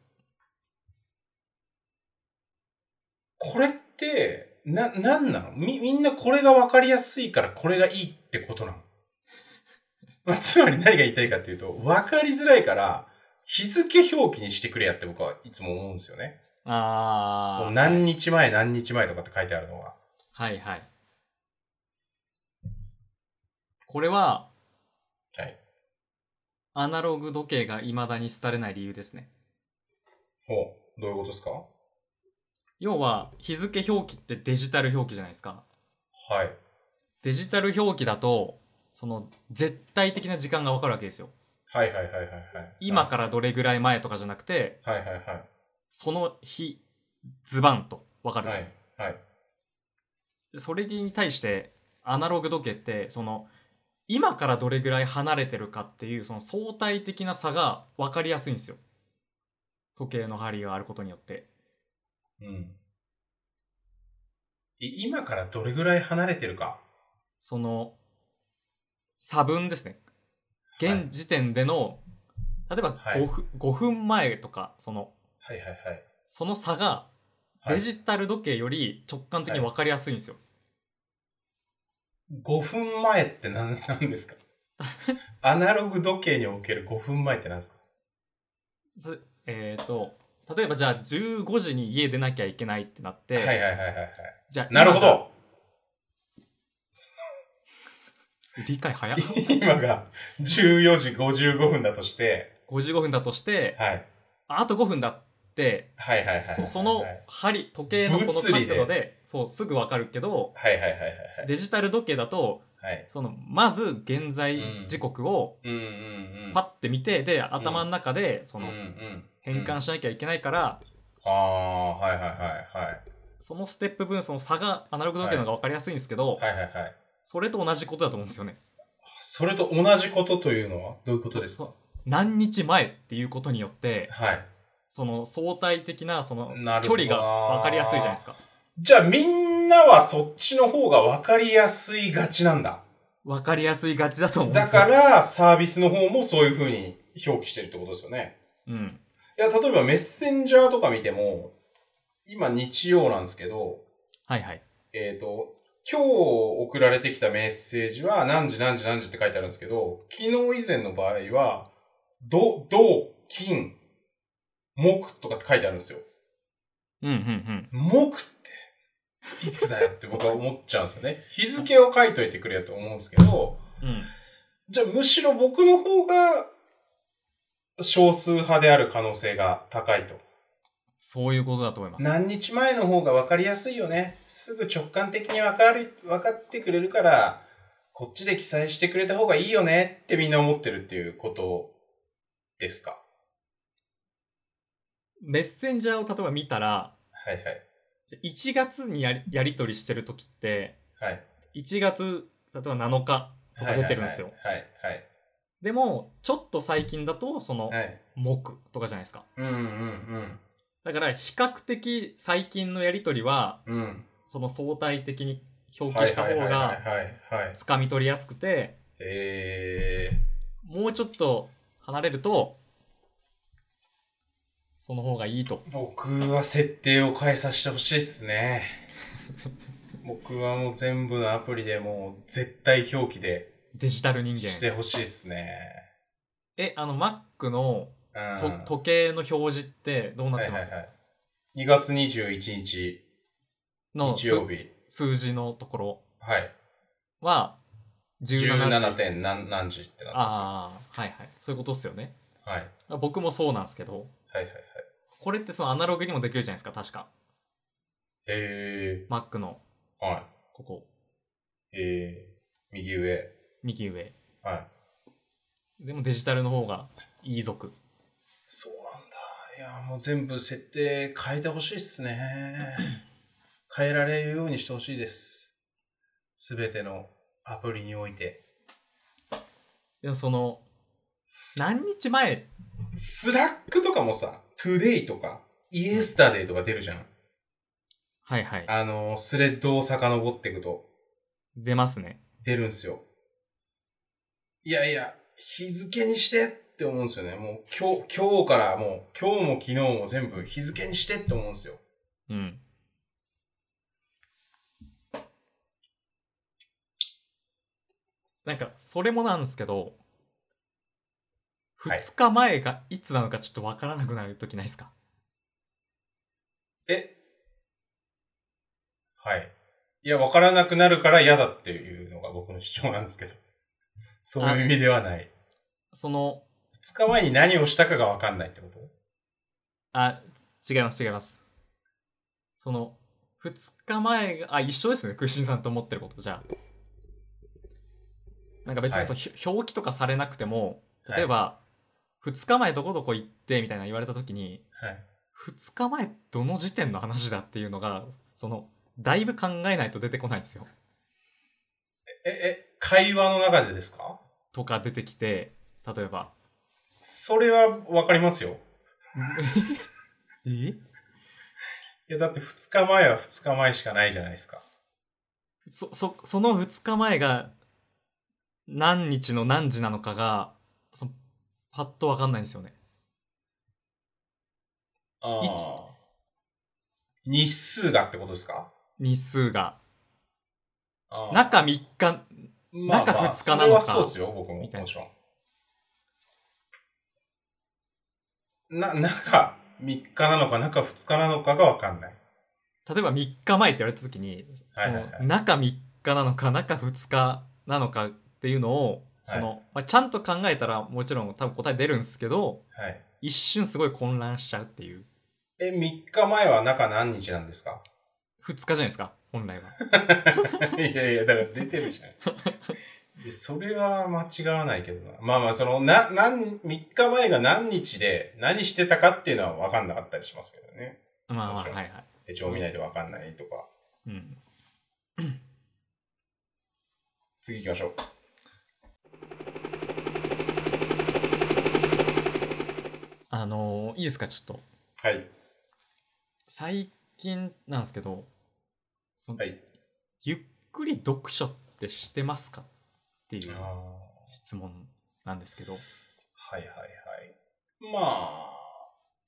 Speaker 2: これって、な、なんなのみ、みんなこれがわかりやすいからこれがいいってことなの、 まあ、つまり何が言いたいかっていうと、わかりづらいから、日付表記にしてくれやって僕はいつも思うんですよね。
Speaker 1: あー。
Speaker 2: その何日前何日前とかって書いてあるのは。
Speaker 1: はいはい。これは、
Speaker 2: はい。
Speaker 1: アナログ時計が未だに廃れない理由ですね。
Speaker 2: ほう、どういうことですか
Speaker 1: 要は、日付表記ってデジタル表記じゃないですか。
Speaker 2: はい。
Speaker 1: デジタル表記だと、その、絶対的な時間がわかるわけですよ。
Speaker 2: はいはいはいはいはい。
Speaker 1: 今からどれぐらい前とかじゃなくて、
Speaker 2: はいはいはい。
Speaker 1: その日、ズバンとわかると。
Speaker 2: はい。はい。
Speaker 1: それに対してアナログ時計ってその今からどれぐらい離れてるかっていうその相対的な差が分かりやすいんですよ時計の針があることによって
Speaker 2: うん。い今からどれぐらい離れてるか。
Speaker 1: その差分ですね
Speaker 2: はい
Speaker 1: 現時点での、例えば
Speaker 2: はい
Speaker 1: 5分 ,5 分前とかその
Speaker 2: はいはいはい。
Speaker 1: その差が
Speaker 2: はい
Speaker 1: デジタル時計より直感的に分かりやすいんですよ、
Speaker 2: 5分前って何な んですかアナログ時計における5分前って何ですか
Speaker 1: そえっ、と例えばじゃあ15時に家出なきゃいけないってなって、
Speaker 2: はいはいはいはいはい。
Speaker 1: じゃあ
Speaker 2: なるほ
Speaker 1: 今が
Speaker 2: ど
Speaker 1: 理解早っ
Speaker 2: 今が14時55分だとして、
Speaker 1: 55分だとして
Speaker 2: はい。
Speaker 1: ああと5分だっって、
Speaker 2: はいはいはいはい。
Speaker 1: そそ
Speaker 2: は
Speaker 1: の
Speaker 2: いはい
Speaker 1: 針、時計のこの
Speaker 2: 物理で
Speaker 1: 角度で、そう、すぐわかるけど、
Speaker 2: はいはいはいはい。
Speaker 1: デジタル時計だと、
Speaker 2: はい。
Speaker 1: その、まず現在時刻を
Speaker 2: うんうんうん。
Speaker 1: パッて見て、で、頭の中で、そ
Speaker 2: うんう
Speaker 1: の、
Speaker 2: ん。
Speaker 1: 変換
Speaker 2: し、
Speaker 1: しなきゃいけないから、
Speaker 2: ああ、はいはいはいはい。
Speaker 1: そのステップ分、その差がアナログ時計の方がわかりやすいんですけど、
Speaker 2: はいはいはい。
Speaker 1: それと同じことだと思うんですよね。
Speaker 2: それと同じことというのはどういうことですか
Speaker 1: そ何日前っていうことによって、
Speaker 2: はい。
Speaker 1: その相対的なその
Speaker 2: なるほ
Speaker 1: 距
Speaker 2: どな
Speaker 1: 離が分かりやすいじゃないですか。
Speaker 2: じゃあみんなはそっちの方が分かりやすいがちなんだ。
Speaker 1: 分かりやすいがちだと思うんですよ。
Speaker 2: だからサービスの方もそういう風に表記してるってことですよね。
Speaker 1: うん。
Speaker 2: いや、例えばメッセンジャーとか見ても、今日曜なんですけど、
Speaker 1: はいはい。
Speaker 2: えっ、と、今日送られてきたメッセージは何時何時何時って書いてあるんですけど、昨日以前の場合は、ど、ど、金、木とかって書いてあるんですよ。
Speaker 1: うんうんうん。
Speaker 2: 木って、いつだよって僕は思っちゃうんですよね。日付を書いといてくれよと思うんですけど、
Speaker 1: うん、
Speaker 2: じゃあむしろ僕の方が少数派である可能性が高いと。
Speaker 1: そういうことだと思います。
Speaker 2: 何日前の方が分かりやすいよね。すぐ直感的に分かる、分かってくれるから、こっちで記載してくれた方がいいよねってみんな思ってるっていうことですか。
Speaker 1: メッセンジャーを例えば見たら、
Speaker 2: はいはい。
Speaker 1: 1月にやりやり取りしてる時って、
Speaker 2: はい。
Speaker 1: 1月、例えば7日とか出てるんですよ。
Speaker 2: はいはい
Speaker 1: でも、ちょっと最近だと、その
Speaker 2: はい。、はい。
Speaker 1: 木とかじゃないですか。
Speaker 2: うんうん
Speaker 1: だから、比較的最近のやり取りは、
Speaker 2: うん。うん。
Speaker 1: その相対的に表記した方
Speaker 2: はい
Speaker 1: が、
Speaker 2: はいはいはいはい。
Speaker 1: つかみ取りやすくて、
Speaker 2: え
Speaker 1: もうちょっと離れると、その方がいいと。
Speaker 2: ー、僕は設定を変えさせてほしいっ すね。僕はもう全部のアプリでもう絶対表記で
Speaker 1: デジタル人
Speaker 2: し
Speaker 1: 間。
Speaker 2: てほしいっすね。
Speaker 1: え、あの、Mac の
Speaker 2: うん
Speaker 1: と、時計の表示ってどうなってます、
Speaker 2: はいはいはい、2月21日
Speaker 1: の
Speaker 2: 日曜
Speaker 1: 数
Speaker 2: 日、
Speaker 1: 数字のところ
Speaker 2: はい、
Speaker 1: は、17時。
Speaker 2: 17点何何時ってなっ
Speaker 1: ああ、はいはい。そういうことっすよね。
Speaker 2: てますよ。はい、
Speaker 1: 僕もそうなんですけど、
Speaker 2: はいはいはい。
Speaker 1: これってそのアナログにもできるじゃないですか、確か。
Speaker 2: え
Speaker 1: Mac の、
Speaker 2: ー、はい、
Speaker 1: ここ、
Speaker 2: えー、右上、
Speaker 1: 右上。
Speaker 2: はい。
Speaker 1: でもデジタルの方がいい族。
Speaker 2: そうなんだ。いや、もう全部設定変えてほしいっすね。変えられるようにしてほしいです。すべてのアプリにおいて。
Speaker 1: でもその、何日前
Speaker 2: スラックとかもさ、トゥデイとか、イエスタデイとか出るじゃん。
Speaker 1: はいはい。
Speaker 2: あの、スレッドを遡っていくと。
Speaker 1: 出ますね。
Speaker 2: 出るんすよ。いやいや、日付にしてって思うんですよね。もう今日、今日からもう、今日も昨日も全部日付にしてって思うんですよ。
Speaker 1: うん。なんか、それもなんですけど、
Speaker 2: はい
Speaker 1: 2日前がいつなのかちょっとわからなくなるときないですか
Speaker 2: えはい。いや、わからなくなるから嫌だっていうのが僕の主張なんですけど。 そういう意味ではない。
Speaker 1: その、
Speaker 2: 2日前に何をしたかがわかんないってこと
Speaker 1: あ、違います違います。その、2日前が、あ、一緒ですね、クイシンさんと思ってること、じゃあ。なんか別
Speaker 2: は
Speaker 1: に
Speaker 2: い
Speaker 1: その、ひ表記とかされなくても、
Speaker 2: はい
Speaker 1: 例えば、2日前どこどこ行ってみたいな言われたときに、
Speaker 2: はい。
Speaker 1: 2日前どの時点の話だっていうのがそのだいぶ考えないと出てこないんですよ
Speaker 2: え、え、会話の中でですか
Speaker 1: とか出てきて例えば
Speaker 2: それはわかりますよ。
Speaker 1: え
Speaker 2: いや、だって2日前は2日前しかないじゃないですか。
Speaker 1: そそその2日前が何日の何時なのかがそのパッと分かんないんですよね
Speaker 2: あー日数がってことですか
Speaker 1: 日数が
Speaker 2: あー
Speaker 1: 中3日
Speaker 2: まあ
Speaker 1: 中
Speaker 2: まあ
Speaker 1: 二日なのか
Speaker 2: それはそうですよ、僕も。
Speaker 1: みたいな
Speaker 2: もちろん。な、中3日なのか、中2日なのかがわかんない。
Speaker 1: 例えば3日前って言われた時に
Speaker 2: は
Speaker 1: そ
Speaker 2: いはいは
Speaker 1: の
Speaker 2: い
Speaker 1: 中3日なのか中2日なのかっていうのをその、まあ、ちゃんと考えたらもちろん多分答え出るんですけど
Speaker 2: はい。
Speaker 1: 一瞬すごい混乱しちゃうっていう
Speaker 2: え、3日前は中何日なんですか
Speaker 1: 2日じゃないですか、本来は。
Speaker 2: いやいや、だから出てるじゃん。でそれは間違わないけどな。まあまあ、その、な、なん、3日前が何日で何してたかっていうのは分かんなかったりしますけどね。
Speaker 1: まあまあ、
Speaker 2: そう
Speaker 1: はいはい。
Speaker 2: 手帳見ないと分かんないとか。
Speaker 1: うん。
Speaker 2: 次行きましょう。
Speaker 1: あのーいいですか、ちょっと。
Speaker 2: はい。
Speaker 1: 最近なんですけど、その
Speaker 2: はい。
Speaker 1: ゆっくり読書ってしてますかってい
Speaker 2: あ
Speaker 1: う
Speaker 2: ー
Speaker 1: 質問なんですけど。
Speaker 2: はいはいはい。まあ、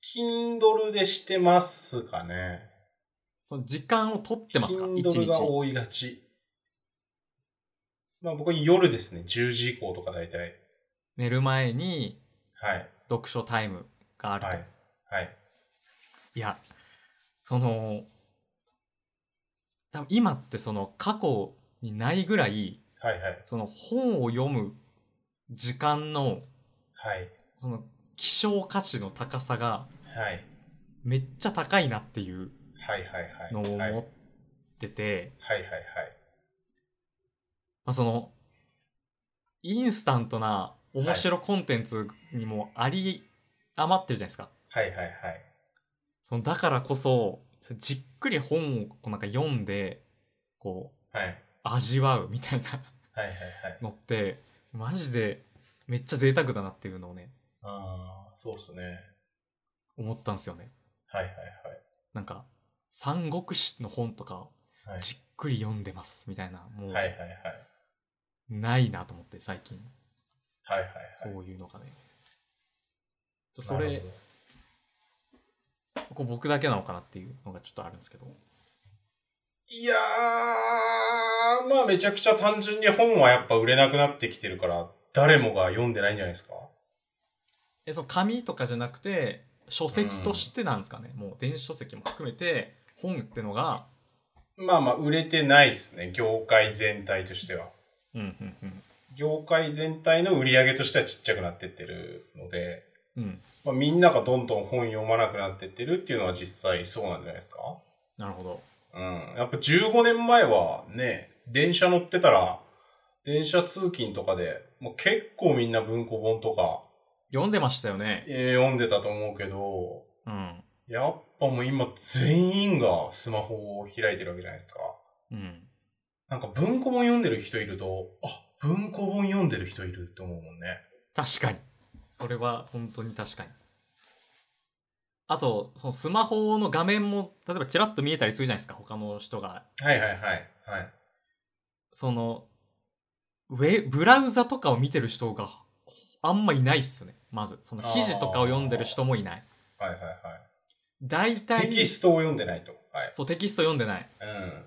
Speaker 2: Kindle でしてますかね。
Speaker 1: その時間を取ってますか一
Speaker 2: Kindle
Speaker 1: 日。
Speaker 2: が多いがち。まあ僕は夜ですね。10時以降とか大体。
Speaker 1: 寝る前に
Speaker 2: はい。
Speaker 1: 読書タイムがあると。、
Speaker 2: はいい。はい。
Speaker 1: や、その、多分今ってその過去にないぐらい、
Speaker 2: はいはい。
Speaker 1: その本を読む時間の、
Speaker 2: はい。
Speaker 1: その希少価値の高さが
Speaker 2: はい。
Speaker 1: めっちゃ高いなっていう
Speaker 2: はいはいはい。
Speaker 1: のを
Speaker 2: はい
Speaker 1: 思
Speaker 2: はい
Speaker 1: ってて、
Speaker 2: はいはい。
Speaker 1: まあその、インスタントな面白コンテンツにもあり余ってるじゃないですか。
Speaker 2: はいはいはい。
Speaker 1: そのだからこそそうじっくり本をこうなんか読んでこう
Speaker 2: はい。
Speaker 1: 味わうみたいな
Speaker 2: はいはいはい。
Speaker 1: のってマジでめっちゃ贅沢だなっていうのをね
Speaker 2: ああ、そうっすね。
Speaker 1: 思ったんですよね
Speaker 2: はいはい
Speaker 1: なんか三国志の本とか
Speaker 2: はい。はい
Speaker 1: じっくり読んでますみたいなもう
Speaker 2: はいはいはい。
Speaker 1: ないなと思って最近
Speaker 2: はいはいはい。
Speaker 1: そういうのがねちょそ
Speaker 2: なる
Speaker 1: れ
Speaker 2: ほど
Speaker 1: こう僕だけなのかなっていうのがちょっとあるんですけど
Speaker 2: いやー、まあめちゃくちゃ単純に本はやっぱ売れなくなってきてるから、誰もが読んでないんじゃないですか
Speaker 1: えその紙とかじゃなくて書籍としてなんですかね、もう電子書籍も含めて本ってのが
Speaker 2: まあまあ売れてないっすね。業界全体としては。
Speaker 1: うんうんうん
Speaker 2: 業界全体の売り上げとしてはちっちゃくなってってるので、
Speaker 1: うん、
Speaker 2: まあ、みんながどんどん本読まなくなってってるっていうのは実際そうなんじゃないですか
Speaker 1: なるほど。
Speaker 2: うん。やっぱ15年前はね、電車乗ってたら、電車通勤とかで、もう結構みんな文庫本とか、
Speaker 1: 読んでましたよね。
Speaker 2: えー読んでたと思うけど、
Speaker 1: うん。
Speaker 2: やっぱもう今全員がスマホを開いてるわけじゃないですか。
Speaker 1: うん。
Speaker 2: なんか文庫本読んでる人いると、あ、文庫本読んでる人いるって思うもんね。
Speaker 1: 確かに。それは本当に確かに。あと、そのスマホの画面も、例えばチラッと見えたりするじゃないですか、他の人が。
Speaker 2: はいはいはい。はい。
Speaker 1: その、ウェブラウザとかを見てる人があんまいないっすね、まず。その記事とかを読んでる人もいない。
Speaker 2: はいはい
Speaker 1: 大
Speaker 2: はい。
Speaker 1: 体、
Speaker 2: テキストを読んでないと。はい。
Speaker 1: そう、テキスト読んでない。
Speaker 2: うん。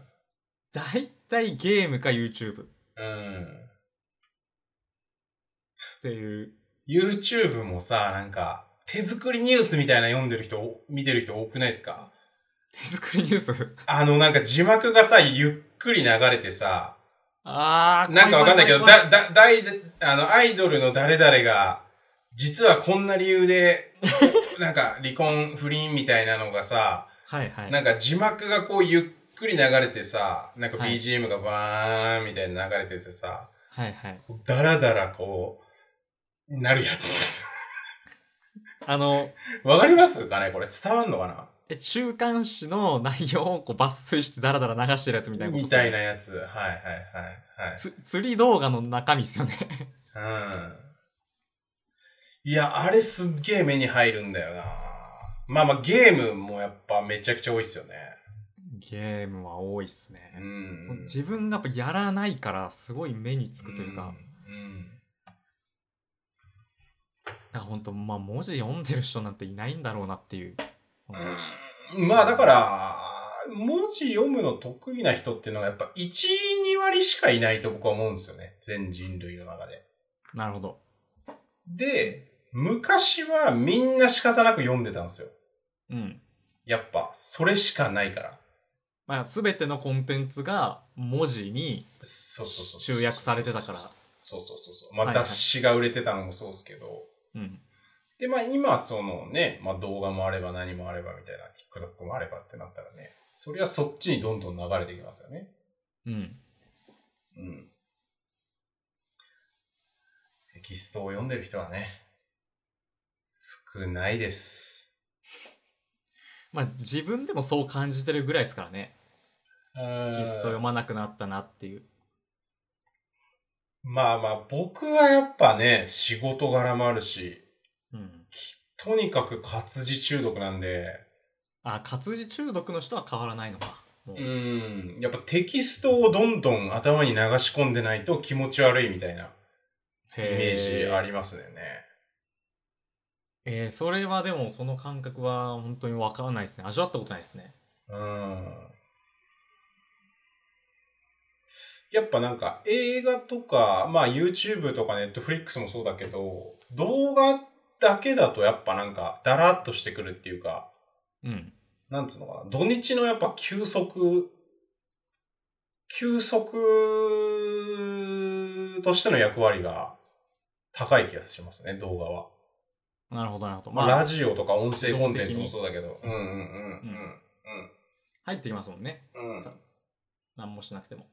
Speaker 1: 大体ゲームか YouTube っ
Speaker 2: うん。
Speaker 1: ていう。
Speaker 2: YouTube もさ、なんか、手作りニュースみたいな読んでる人、見てる人多くないですか
Speaker 1: 手作りニュー ス。
Speaker 2: あの、なんか字幕がさ、ゆっくり流れてさ、
Speaker 1: あー、
Speaker 2: なんかわかんないけど、
Speaker 1: 怖怖
Speaker 2: だ、だ、だい、あの、アイドルの誰々が、実はこんな理 由で、なんか、離婚、不倫みたいなのがさ、
Speaker 1: 怖いはいはい。
Speaker 2: なんか字幕がこう、ゆっくり流れてさ、なんか
Speaker 1: はい
Speaker 2: BGM がバーンみたいに流れててさ、
Speaker 1: はいはい。
Speaker 2: だらだらこう、なるやつ。
Speaker 1: あの、
Speaker 2: わかりますかねこれ伝わんのかな
Speaker 1: え週刊誌の内容をこう抜粋してダラダラ流してるやつみたいなこと
Speaker 2: み
Speaker 1: っすよ
Speaker 2: た
Speaker 1: ね
Speaker 2: いなやつ。はいはい
Speaker 1: つ釣り動画の中身ですよね
Speaker 2: はいはい。うん。いや、あれすっげえ目に入るんだよな。まあまあゲームもやっぱめちゃくちゃ多いっすよね。
Speaker 1: ゲームは多いっす
Speaker 2: う
Speaker 1: ね、
Speaker 2: ん。
Speaker 1: その自分がやっぱやらないからすごい目につくというか、
Speaker 2: うん。うん
Speaker 1: なんかほんとまあ文字読んでる人なんていないんだろうなっていう、
Speaker 2: うんまあだから、文字読むの得意な人っていうのがやっぱ1、2割しかいないと僕は思うんですよね。全人類の中で。
Speaker 1: なるほど
Speaker 2: で、昔はみんな仕方なく読んでたんですよ。
Speaker 1: うん
Speaker 2: やっぱ、それしかないから。
Speaker 1: まあ全てのコンテンツが文字に
Speaker 2: そうそうそう。
Speaker 1: 集約されてたから
Speaker 2: そうそうそうそう。まあ、
Speaker 1: はいはい
Speaker 2: 雑誌が売れてたのもそうですけど、
Speaker 1: うん
Speaker 2: で、まあ今、そのね、まあ動画もあれば何もあればみたいな、TikTok もあればってなったらね、それはそっちにどんどん流れてきますよね。
Speaker 1: うん。
Speaker 2: うん。テキストを読んでる人はね、少ないです。
Speaker 1: まあ自分でもそう感じてるぐらいですからね。テキ
Speaker 2: テ
Speaker 1: スト読まなくなったなっていう。
Speaker 2: まあまあ、僕はやっぱね、仕事柄もあるし、
Speaker 1: うん。
Speaker 2: とにかく活字中毒なんで、
Speaker 1: あ、活字中毒の人は変わらないのか。もう
Speaker 2: うん、やっぱテキストをどんどん頭に流し込んでないと気持ち悪いみたいなイ
Speaker 1: へ
Speaker 2: メージあ
Speaker 1: り。
Speaker 2: りますね。
Speaker 1: えーそれはでもその感覚は本当にわからないですね。味わったことないですね。
Speaker 2: うん。やっぱなんか映画とか、まあ YouTube とか Netflix もそうだけど、動画だけだとやっぱなんかダラっとしてくるっていうか、
Speaker 1: うん。
Speaker 2: なんつうのかな、土日のやっぱ休息、休息としての役割が高い気がしますね、動画は。
Speaker 1: なるほど、なるほど。
Speaker 2: まあ、
Speaker 1: ま
Speaker 2: ラ
Speaker 1: あ、
Speaker 2: ジオとか音声コンテンツもそうだけど。うんうんうんうん
Speaker 1: 入ってきますもんね。
Speaker 2: うん。うん。
Speaker 1: 何もしなくても。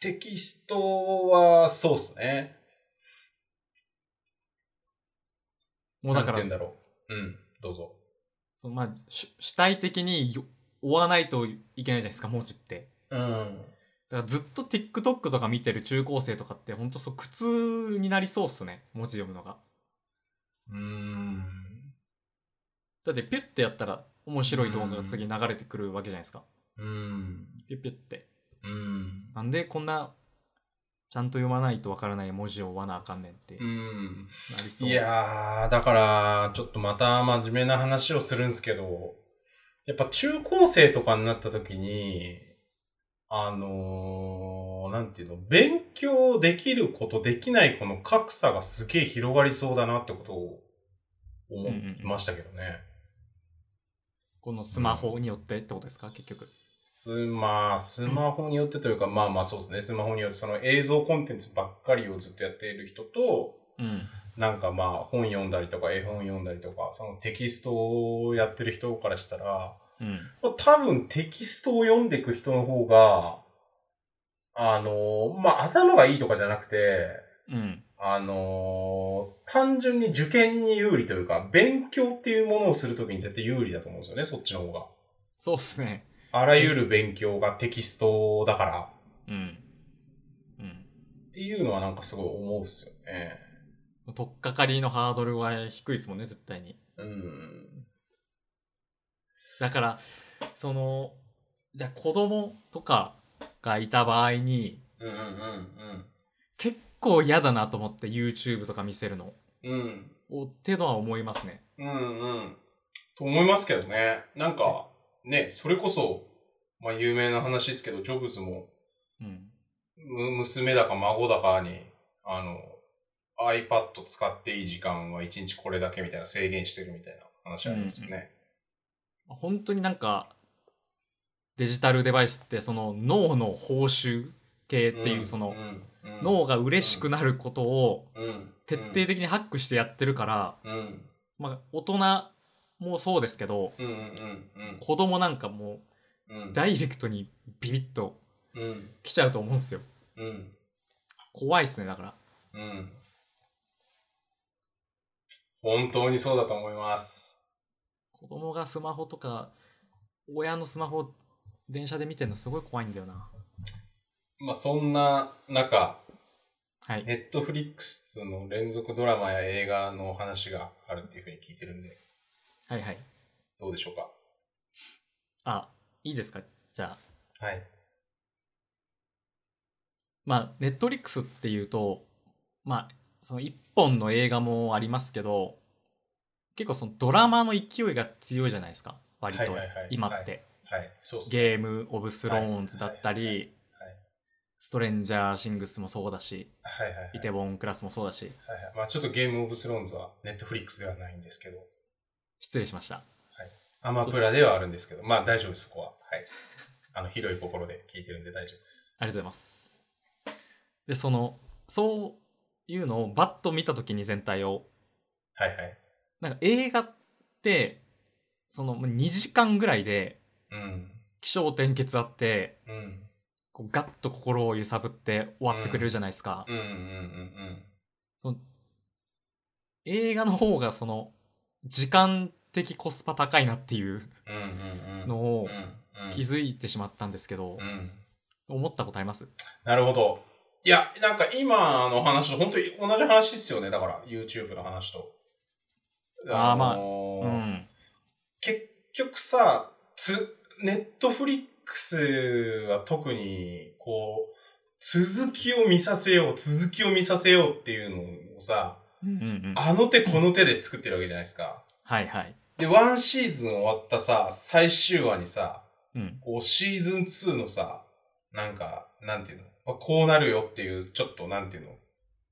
Speaker 2: テキストは、そうっすね。
Speaker 1: もうだか
Speaker 2: な
Speaker 1: ら
Speaker 2: んて言うん、だろう。うん、どうぞ。
Speaker 1: そのまあ、主主体的によ追わないといけないじゃないですか、文字って。
Speaker 2: うん。
Speaker 1: だからずっと TikTok とか見てる中高生とかって、ほんとそう、苦痛になりそうっすね。文字読むのが。
Speaker 2: うん。
Speaker 1: だって、ピュッてやったら、面白い動画が次流れてくるわけじゃないですか。
Speaker 2: うん。
Speaker 1: ピュッピュッて。
Speaker 2: うん。
Speaker 1: なんでこんな、ちゃんと読まないとわからない文字を追わなあかんねんって、
Speaker 2: う。
Speaker 1: なんりそう。
Speaker 2: いやー、だから、ちょっとまた真面目な話をするんですけど、やっぱ中高生とかになった時に、あのー、なんていうの、勉強できることできないこの格差がすげえ広がりそうだなってことを思いましたけどね。
Speaker 1: このスマホによってってことですか、結局。
Speaker 2: スマ、スマホによってというか、まあまあそうですね、スマホによってその映像コンテンツばっかりをずっとやっている人と、
Speaker 1: うん。
Speaker 2: なんかまあ本読んだりとか絵本読んだりとか、そのテキストをやってる人からしたら、
Speaker 1: うん。
Speaker 2: まあ多分テキストを読んでいく人の方が、あの、まあ頭がいいとかじゃなくて、
Speaker 1: うん。
Speaker 2: あの、単純に受験に有利というか、勉強っていうものをするときに絶対有利だと思うんですよね、そっちの方が。
Speaker 1: そうっすね。
Speaker 2: あらゆる勉強がテキストだから
Speaker 1: うん。うん。
Speaker 2: っていうのはなんかすごい思うっすよね。
Speaker 1: 取っかかりのハードルは低いですもんね絶対に
Speaker 2: うん。
Speaker 1: だからそのじゃあ子供とかがいた場合に
Speaker 2: うんうんうん
Speaker 1: 結構嫌だなと思って YouTube とか見せるの
Speaker 2: うん。うん。
Speaker 1: をってのは思いますね
Speaker 2: うんうん。と思いますけどね。なんか、ね、それこそ、まあ有名な話ですけど、ジョブズも、
Speaker 1: うん
Speaker 2: む娘だか孫だかに、あの、iPad 使っていい時間は1日これだけみたいな制限してるみたいな話ありますよね。
Speaker 1: 本当になんかデジタルデバイスってその脳の報酬系っていうその
Speaker 2: 脳、
Speaker 1: 脳が嬉しくなることを
Speaker 2: うん
Speaker 1: 徹底的にハックしてやってるから
Speaker 2: うん
Speaker 1: まあ大人もそうですけど
Speaker 2: うんうんうん
Speaker 1: 子供なんかもう
Speaker 2: うん。
Speaker 1: ダイレクトにビビッと
Speaker 2: うん。
Speaker 1: 来ちゃうと思うんですよ
Speaker 2: うん。
Speaker 1: 怖いっすねだから
Speaker 2: うん。本当にそうだと思います。
Speaker 1: 子供がスマホとか親のスマホ電車で見てるのすごい怖いんだよな
Speaker 2: まあ、そんな中、
Speaker 1: はい
Speaker 2: ネットフリックスの連続ドラマや映画の話があるっていうふうに聞いてるんで、
Speaker 1: はいはい
Speaker 2: どうでしょうか。
Speaker 1: あいいですかじゃあ
Speaker 2: はい。
Speaker 1: まあネットリックスっていうとまあその一本の映画もありますけど結構そのドラマの勢いが強いじゃないですか割と
Speaker 2: はいはいはい
Speaker 1: 今って
Speaker 2: はい。そうっすね。
Speaker 1: ゲーム・オブ・スローンズだったり
Speaker 2: はいはいはい
Speaker 1: ストレンジャー・シングスもそうだし
Speaker 2: はいはいはい。
Speaker 1: イテボンクラスもそうだし
Speaker 2: はいはいまあ、ちょっとゲームオブスローンズはネットフリックスではないんですけど、
Speaker 1: 失礼しました
Speaker 2: アマプラではあるんですけど、まあ大丈夫です、そこは。はい。あの、広い心で聞いてるんで大丈夫です。
Speaker 1: ありがとうございます。で、その、そういうのをバッと見た時に全体を
Speaker 2: はいはい。
Speaker 1: なんか映画ってその2時間ぐらいで
Speaker 2: うん。
Speaker 1: 起承転結あって
Speaker 2: うん。
Speaker 1: こうガッと心を揺さぶって終わってくれるじゃないですか、
Speaker 2: うんうんうん
Speaker 1: その映画の方がその時間的コスパ高いなっていう
Speaker 2: うん。うんうんうん。
Speaker 1: のを
Speaker 2: うんうん
Speaker 1: 気づいてしまったんですけど
Speaker 2: う、ん。
Speaker 1: 思ったことあります
Speaker 2: なるほど。いや、なんか今の話と本当に同じ話ですよね。だから、YouTube の話と。
Speaker 1: あーまあ
Speaker 2: の
Speaker 1: う
Speaker 2: ー
Speaker 1: ん
Speaker 2: 結局さ、つ、ネットフリックスは特に、こう、続きを見させよう、続きを見させようっていうのをさ、
Speaker 1: うんうん
Speaker 2: あの手この手で作ってるわけじゃないですか。
Speaker 1: はいはい
Speaker 2: で、ワンシーズン終わったさ、最終話にさ、
Speaker 1: うん
Speaker 2: こう、シーズン2のさ、なんか、なんていうのまあこうなるよっていう、ちょっと、なんていうの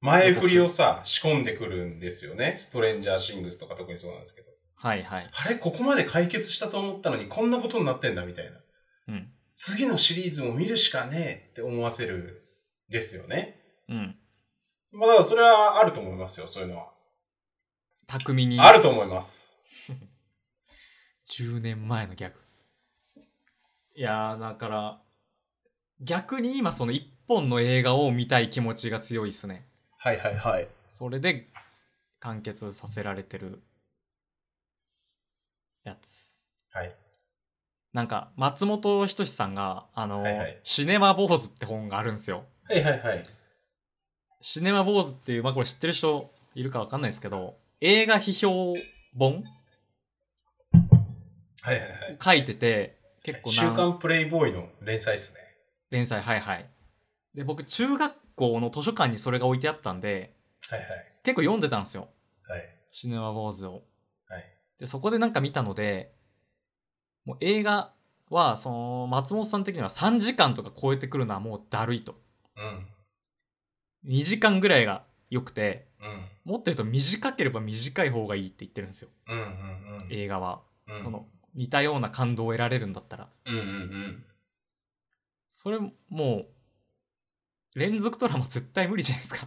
Speaker 2: 前振りをさ、仕込んでくるんですよね。ストレンジャーシングスとか特にそうなんですけど。
Speaker 1: はいはい
Speaker 2: あれここまで解決したと思ったのに、こんなことになってんだ、みたいな。
Speaker 1: うん
Speaker 2: 次のシリーズも見るしかねえって思わせる、ですよね。
Speaker 1: うん
Speaker 2: まあ、だからそれはあると思いますよ、そういうのは。
Speaker 1: 巧みに
Speaker 2: あると思います。
Speaker 1: 10年前のギャグいやーだから逆に今その一本の映画を見たい気持ちが強いですね
Speaker 2: はいはいはい。
Speaker 1: それで完結させられてるやつ
Speaker 2: はい。
Speaker 1: なんか松本人志さんがあの、
Speaker 2: はいはい
Speaker 1: シネマ坊主」って本があるんですよ
Speaker 2: はいはいはい。
Speaker 1: シネマ坊主っていうまあこれ知ってる人いるかわかんないですけど映画批評本
Speaker 2: はいはいはい。
Speaker 1: 書いてて結構
Speaker 2: 週
Speaker 1: な
Speaker 2: 刊プレイボーイの連載っすね。
Speaker 1: 連載はいはいで僕中学校の図書館にそれが置いてあったんで
Speaker 2: はいはい。
Speaker 1: 結構読んでたんですよ
Speaker 2: はい。
Speaker 1: シネマ坊主を
Speaker 2: はい。
Speaker 1: でそこでなんか見たのでもう映画はその松本さん的には3時間とか超えてくるのはもうだるいと
Speaker 2: うん。
Speaker 1: 2時間ぐらいが良くて
Speaker 2: うん。
Speaker 1: もっと言うと短ければ短い方がいいって言ってるんですよ
Speaker 2: うんうんうん。
Speaker 1: 映画は、
Speaker 2: うん
Speaker 1: その似たような感動を得られるんだったら
Speaker 2: うんうんうん。
Speaker 1: それもう連続ドラマ絶対無理じゃないですか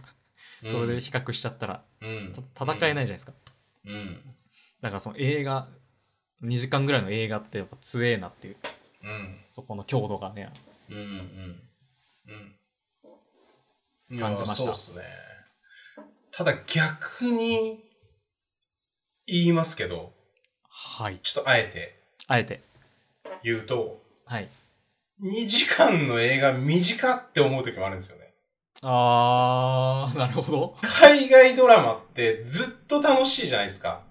Speaker 1: それで比較しちゃったら、
Speaker 2: うん、
Speaker 1: た戦えないじゃないですか、
Speaker 2: うん。うん。
Speaker 1: だからその映画2時間ぐらいの映画ってやっぱ強えなっていう
Speaker 2: うん。
Speaker 1: そこの強度がね
Speaker 2: うんうんうん。うん。
Speaker 1: 感じました
Speaker 2: いやそうっすね。ただ逆に言いますけど、
Speaker 1: はい
Speaker 2: ちょっとあえて
Speaker 1: あえて
Speaker 2: 言うと、
Speaker 1: はい
Speaker 2: 2時間の映画短って思う時もあるんですよね。
Speaker 1: あ ーなるほ ど
Speaker 2: 海外ドラマってずっと楽しいじゃないですか。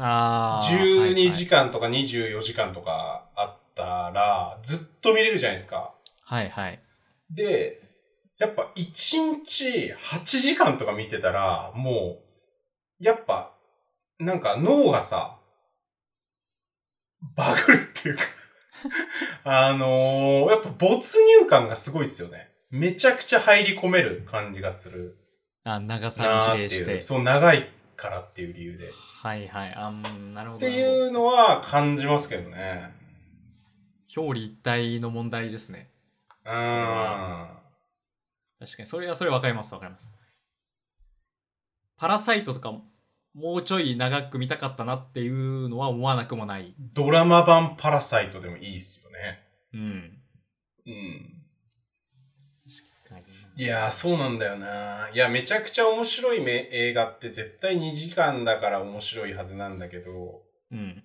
Speaker 1: あー
Speaker 2: 12時間とか24時間とかあったら、ずっと見れるじゃないですか。
Speaker 1: はいはい、はい
Speaker 2: で、やっぱ1日8時間とか見てたら、もう、やっぱ、なんか脳がさ、バグるっていうか、 あのー、やっぱ没入感がすごいですよね。めちゃくちゃ入り込める感じがする
Speaker 1: はい、あ長さ
Speaker 2: な
Speaker 1: に比例
Speaker 2: ーってい
Speaker 1: し
Speaker 2: う。
Speaker 1: て
Speaker 2: そう、長いからっていう理由で。っ
Speaker 1: はいはいあんなるほど
Speaker 2: て
Speaker 1: なるほど
Speaker 2: いうのは感じますけどね。
Speaker 1: 表裏一体の問題ですね
Speaker 2: うーん。
Speaker 1: 確かにそれはそれ分かります分かりますパラサイトとかももうちょい長く見たかったなっていうのは思わなくもない
Speaker 2: ドラマ版パラサイトでもいいですよね。
Speaker 1: うん
Speaker 2: うん。
Speaker 1: 確かに
Speaker 2: いやー、そうなんだよな。いや、めちゃくちゃ面白いめ映画って絶対2時間だから面白いはずなんだけど、
Speaker 1: うん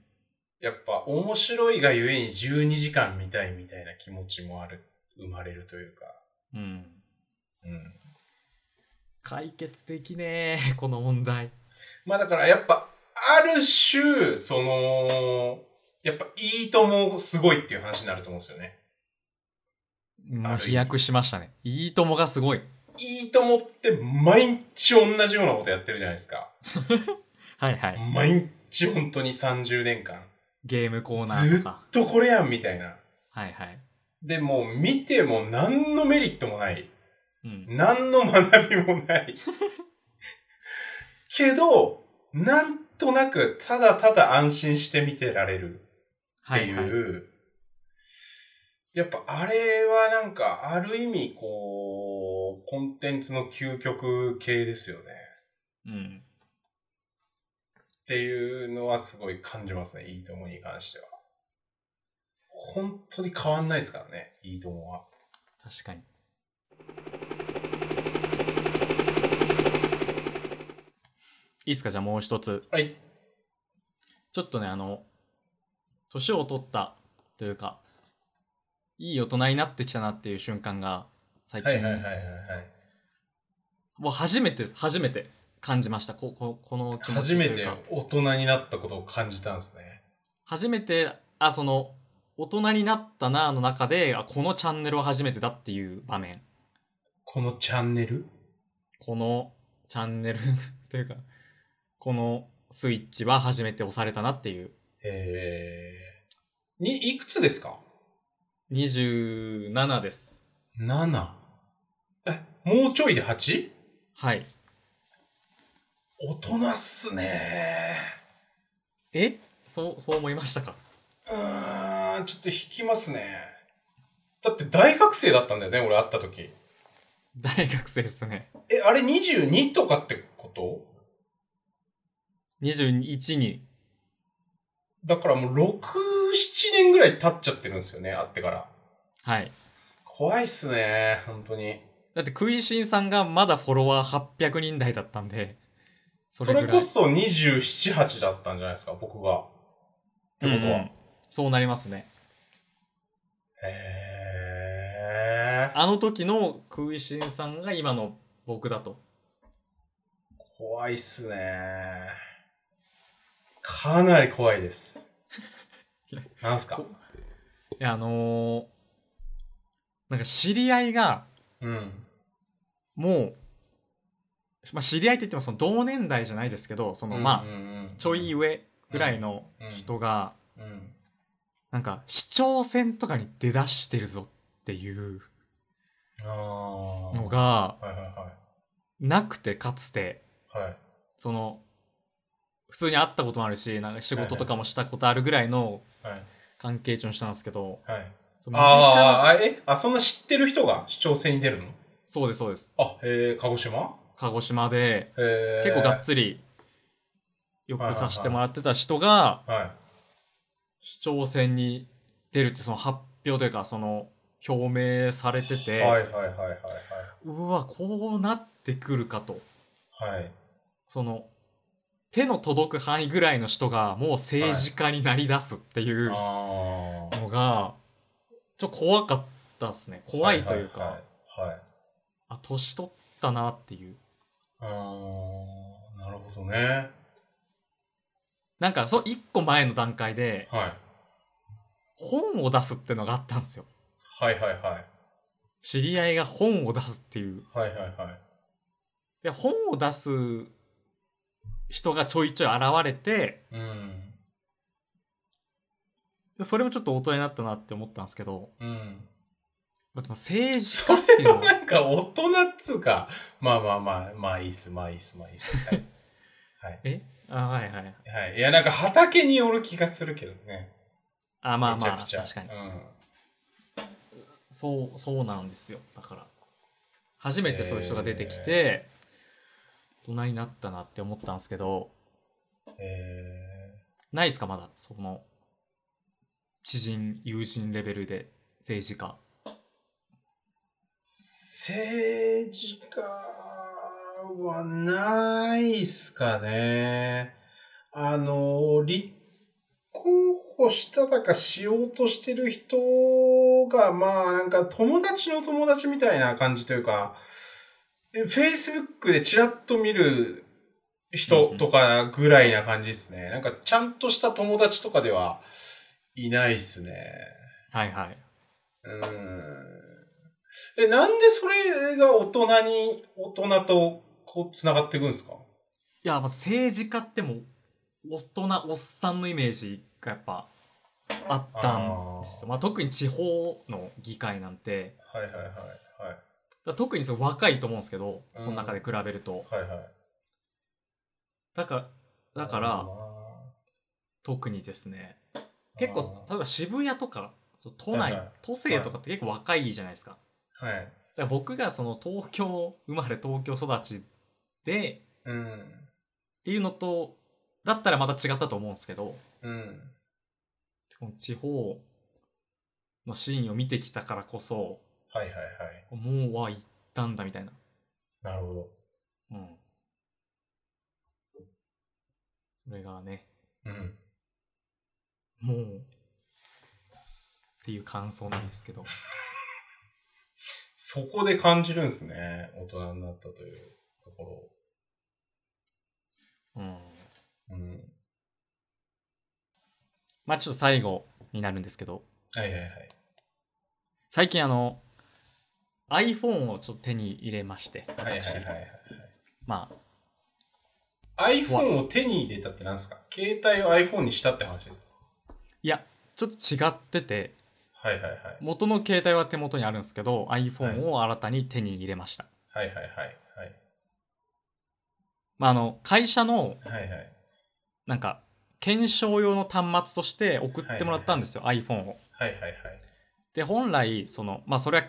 Speaker 2: やっぱ面白いがゆえに12時間見たいみたいな気持ちもある、生まれるというか。
Speaker 1: うん
Speaker 2: うん。
Speaker 1: 解決できねえこの問題
Speaker 2: まあだからやっぱ、ある種、その、やっぱいいともすごいっていう話になると思うんですよね。
Speaker 1: もう飛躍しましたねいいともがすごい
Speaker 2: いいともって毎日同じようなことやってるじゃないですか。
Speaker 1: はいはい
Speaker 2: 毎日本当に30年間。
Speaker 1: ゲームコーナー
Speaker 2: ず
Speaker 1: と
Speaker 2: っ
Speaker 1: か
Speaker 2: とこれやんみたいな。
Speaker 1: はいはい
Speaker 2: で、もう見ても何のメリットもない。
Speaker 1: うん
Speaker 2: 何の学びも ない。けど、なんとなく、ただただ安心して見てられるっ
Speaker 1: は
Speaker 2: て
Speaker 1: い
Speaker 2: いう、
Speaker 1: はい
Speaker 2: やっぱあれはなんか、ある意味、こう、コンテンツの究極系ですよね。
Speaker 1: うん。
Speaker 2: っていうのはすごい感じますね。いいともに関しては。本当に変わんないですからね。いいともは。
Speaker 1: 確かに。いいっすか、じゃあもう一つ。
Speaker 2: はい。
Speaker 1: ちょっとね、あの、年を取ったというか、いい大人になってきたなっていう瞬間が、最近、
Speaker 2: はい。
Speaker 1: もう初めて、初めて感じました。こここの気持
Speaker 2: 初
Speaker 1: ちと
Speaker 2: め
Speaker 1: い
Speaker 2: て
Speaker 1: うか。
Speaker 2: 大人になったことを感じたんですね。
Speaker 1: 初めて、あ、その、大人になったなの中で、あこのチャンネルは初めてだっていう場面。
Speaker 2: このチャンネル
Speaker 1: このチャンネル というか、このスイッチは初めて押されたなっていう。
Speaker 2: えー、に、いくつですか
Speaker 1: 27です。
Speaker 2: ?7。え、もうちょいで 8?
Speaker 1: はい。
Speaker 2: 大人っすね
Speaker 1: えそう、そう思いましたか
Speaker 2: うーん、ちょっと引きますね。だって大学生だったんだよね、俺会った時。
Speaker 1: 大学生ですね。
Speaker 2: え、あれ22とかってこと
Speaker 1: 21に。
Speaker 2: だからもう6、7年ぐらい経っちゃってるんですよね、会ってから。
Speaker 1: はい。
Speaker 2: 怖いっすね本当に。
Speaker 1: だって、クイシンさんがまだフォロワー800人台だったんで、
Speaker 2: そ
Speaker 1: ぐら
Speaker 2: れ
Speaker 1: い
Speaker 2: こそ27、8だったんじゃないですか、僕が。ってこと
Speaker 1: うんう
Speaker 2: は。
Speaker 1: んそうなりますね。
Speaker 2: へえ。
Speaker 1: あの時のクイシンさんが今の僕だと。
Speaker 2: 怖いっすねかなり怖 いです。なんすか
Speaker 1: いや、あのーなんか知り合いが、
Speaker 2: うん。
Speaker 1: もう、まあ、知り合いって言ってもその同年代じゃないですけどそのまあ
Speaker 2: あ
Speaker 1: ちょい上ぐらいの人が
Speaker 2: うん。
Speaker 1: なんか市長選とかに出だしてるぞっていう
Speaker 2: ああ。
Speaker 1: のが
Speaker 2: はいは
Speaker 1: なくてかつて
Speaker 2: いはい。はい。
Speaker 1: その普通に会ったこともあるしなんか仕事とかもしたことあるぐらいの
Speaker 2: はい。
Speaker 1: 関係値をしたんですけど
Speaker 2: はい。
Speaker 1: その身近な
Speaker 2: あーあ、え、あ、そんな知ってる人が市長選に出るの
Speaker 1: そうですそうです
Speaker 2: あ、えー、鹿児島
Speaker 1: 鹿児島で
Speaker 2: えー、
Speaker 1: 結構がっつりよくさせてもらってた人が
Speaker 2: は
Speaker 1: 市長選に出るってその発表というかその表明されて
Speaker 2: い。
Speaker 1: て、
Speaker 2: はいはいはいは
Speaker 1: うわこうなってくるかと
Speaker 2: いはい。はい。
Speaker 1: その手の届く範囲ぐらいの人がもう政治家になりだすっていうの
Speaker 2: あー
Speaker 1: が、ちょっと怖かったですね怖いというか、
Speaker 2: ははいはい。はい
Speaker 1: あ年取ったなっていう
Speaker 2: あーなるほどね。
Speaker 1: なんかそう一個前の段階で
Speaker 2: はい。
Speaker 1: 本を出すってのがあったんですよ
Speaker 2: はいはいはい。
Speaker 1: 知り合いが本を出すっていう
Speaker 2: はいはいはい。
Speaker 1: で本を出す人がちょいちょい現れて
Speaker 2: うん。
Speaker 1: でそれもちょっと大人になったなって思ったんですけど
Speaker 2: うん。
Speaker 1: まあでも政治
Speaker 2: そ
Speaker 1: 家っていう
Speaker 2: れ
Speaker 1: の
Speaker 2: は
Speaker 1: は
Speaker 2: なんか大人っつうか、まあまあまあ、まあいいっす、まあいいっす、まあいいっす。はい。はい
Speaker 1: えあはいはい
Speaker 2: はい。いや、なんか畑による気がするけどね。
Speaker 1: あまあまあ
Speaker 2: め
Speaker 1: 確
Speaker 2: ちゃくちゃ
Speaker 1: かに
Speaker 2: うん。
Speaker 1: そうそうなんですよだから初めてそういう人が出てきて大人になったなって思ったんですけど
Speaker 2: え
Speaker 1: ないですかまだその知人友人レベルで政治家
Speaker 2: ー、政治家はないっすかね。あの、立候補しただかしようとしてる人が、まあなんか友達の友達みたいな感じというか、え Facebook でチラッと見る人とかぐらいな感じですね。なんかちゃんとした友達とかではいないっすね。
Speaker 1: はいはいう
Speaker 2: ーんえ、なんでそれが大人に、大人とこう、つながっていくんですか
Speaker 1: いやまあ政治家ってもう大人おっさんのイメージがやっぱあったんですよまあ、特に地方の議会なんて
Speaker 2: はいはいはい。はい。
Speaker 1: だから特にその若いと思うんですけど、
Speaker 2: うん
Speaker 1: その中で比べると
Speaker 2: はいはい。
Speaker 1: だからだから
Speaker 2: あ
Speaker 1: 特にですね結構
Speaker 2: あ
Speaker 1: 例えば渋谷とかそう都内、
Speaker 2: はいはい
Speaker 1: 都政とかって結構若いじゃないですか。
Speaker 2: はい。
Speaker 1: だから僕がその東京生まれ東京育ちで
Speaker 2: うん。
Speaker 1: っていうのとだったらまた違ったと思うんですけど
Speaker 2: うん。
Speaker 1: この地方のシーンを見てきたからこそ
Speaker 2: はいはいはい。
Speaker 1: もうは行ったんだみたいな、
Speaker 2: なるほど。
Speaker 1: うん、それがね
Speaker 2: うん。
Speaker 1: もうすっていう感想なんですけど
Speaker 2: そこで感じるんですね。大人になったというところを。
Speaker 1: うん
Speaker 2: うん。
Speaker 1: まあちょっと最後になるんですけど
Speaker 2: はいはいはい。
Speaker 1: 最近あの iPhone をちょっと手に入れまして
Speaker 2: はい
Speaker 1: 私、
Speaker 2: はいはい
Speaker 1: まあ
Speaker 2: はい。iPhone を手に入れたってなんですか携帯を iPhone にしたって話ですか
Speaker 1: いやちょっと違ってて
Speaker 2: はいはいはい。
Speaker 1: 元の携帯は手元にあるんですけど iPhone を新たに手に入れました、
Speaker 2: はいはいはい。はい
Speaker 1: まああの会社の
Speaker 2: はいはい。
Speaker 1: なんか検証用の端末として送ってもらったんですよ、iPhone を
Speaker 2: はいはいはい。
Speaker 1: で本来そのまあそれは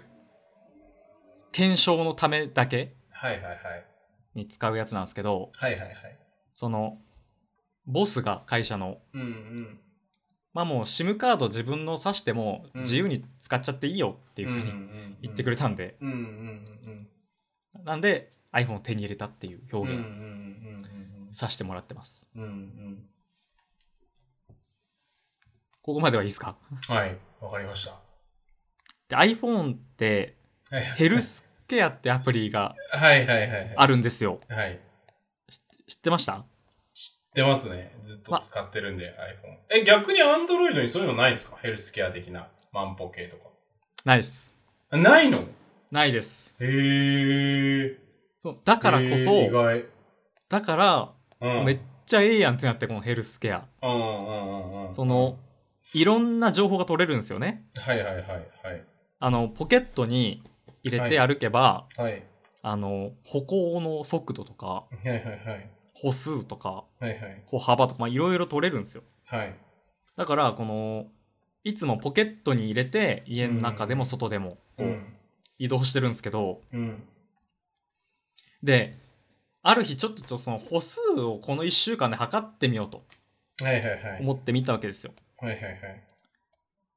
Speaker 1: 検証のためだけ
Speaker 2: はいはいはい。
Speaker 1: に使うやつなんですけど
Speaker 2: はいはいはい。
Speaker 1: そのボスが会社の
Speaker 2: うんうん。
Speaker 1: まあもう SIM カード自分の挿しても
Speaker 2: うん
Speaker 1: 自由に使っちゃっていいよっていうふうに言ってくれ
Speaker 2: れ。
Speaker 1: たんで、
Speaker 2: うんうんうん
Speaker 1: なんで iPhone を手に入れたっていう
Speaker 2: うん。
Speaker 1: 表
Speaker 2: うんうん
Speaker 1: 現
Speaker 2: うん
Speaker 1: させてもらってます、
Speaker 2: うんうん。うん
Speaker 1: ここまではいいですか
Speaker 2: うん。はい。わかりました。
Speaker 1: で iPhone って
Speaker 2: はい
Speaker 1: ヘルスケアってアプリが
Speaker 2: はいはいはい。
Speaker 1: あるんですよ
Speaker 2: はい。
Speaker 1: 知ってました
Speaker 2: 出ますね。ずっと使ってるんで、iPhone。え、逆に Android にそういうのないんですかヘルスケア的な万歩計とか。
Speaker 1: ないです
Speaker 2: あないの
Speaker 1: ないです
Speaker 2: へー。
Speaker 1: そうだからこそ、
Speaker 2: えー意外。
Speaker 1: だから
Speaker 2: うん。
Speaker 1: めっちゃええやんってなってこのヘルスケア
Speaker 2: うんうんうんうん。
Speaker 1: その。いろんな情報が取れるんですよね
Speaker 2: はいはいはいはい。
Speaker 1: あのポケットに入れて歩けば、
Speaker 2: はい。
Speaker 1: あの歩行の速度とか
Speaker 2: はいはいはい。
Speaker 1: 歩数とか
Speaker 2: はいはい。
Speaker 1: 歩幅とかまあいろいろ取れるんですよ
Speaker 2: はい。
Speaker 1: だからこのいつもポケットに入れて家の中でも外でもこ
Speaker 2: う。
Speaker 1: うん移動してるんですけど、
Speaker 2: うん。
Speaker 1: である日ちょっとちょっとその歩数をこの1週間で測ってみようと
Speaker 2: はいはいはい。
Speaker 1: 思ってみたわけですよ。
Speaker 2: はいはいはい。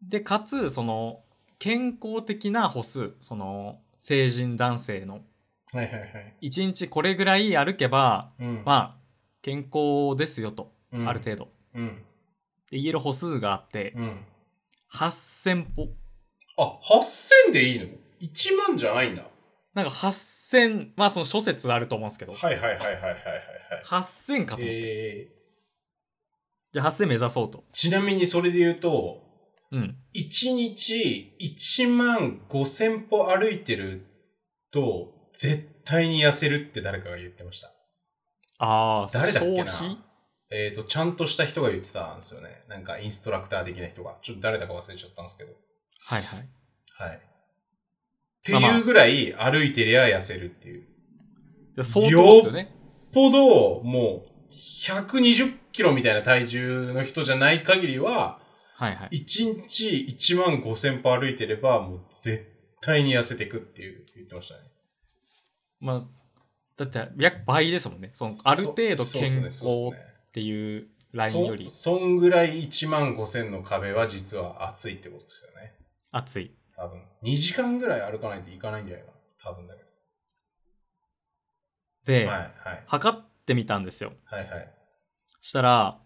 Speaker 1: でかつその健康的な歩数その成人男性の
Speaker 2: はいはいはい。
Speaker 1: 1日これぐらい歩けば
Speaker 2: うん。
Speaker 1: まあ健康ですよと
Speaker 2: うん
Speaker 1: ある程度、
Speaker 2: うん。
Speaker 1: で言える歩数があって
Speaker 2: うん。
Speaker 1: 8,000歩
Speaker 2: あ、8000でいいの ?1 万じゃないんだ。
Speaker 1: なんか8,000まあその諸説あると思うんですけど
Speaker 2: はいはいはいはいはいはいはい。
Speaker 1: 8,000かと、
Speaker 2: えー、
Speaker 1: で8,000目指そうと
Speaker 2: ちなみにそれで言うと、
Speaker 1: うん
Speaker 2: 1日1万5000歩歩いてると、絶対に痩せるって誰かが言ってました。
Speaker 1: ああ
Speaker 2: 誰だっけな
Speaker 1: 消費
Speaker 2: えっ、と、ちゃんとした人が言ってたんですよね。なんかインストラクター的な人が。ちょっと誰だか忘れちゃったんですけど。
Speaker 1: はいはい
Speaker 2: はい。って
Speaker 1: まあまあ
Speaker 2: いうぐらい歩いてりゃ痩せるっていう。
Speaker 1: で相当ですよね
Speaker 2: ほど、もう、120キロみたいな体重の人じゃない限りは、
Speaker 1: はいはい
Speaker 2: 1日1万5千歩歩いてれば、もう絶対に痩せていくっていう、言ってましたね。
Speaker 1: まあ、だって約倍ですもんね。そのある程度
Speaker 2: そ
Speaker 1: 健康
Speaker 2: そうっすねそうっすね
Speaker 1: っていうラインより
Speaker 2: そ、そんぐらい1万5千の壁は実は厚いってことですよね。
Speaker 1: 熱い。
Speaker 2: 多分。2時間ぐらい歩かないといかないんじゃないかな。多分だけど。
Speaker 1: で、
Speaker 2: はい、はい。
Speaker 1: 測ってみたんですよ。
Speaker 2: はい、はい。
Speaker 1: したら、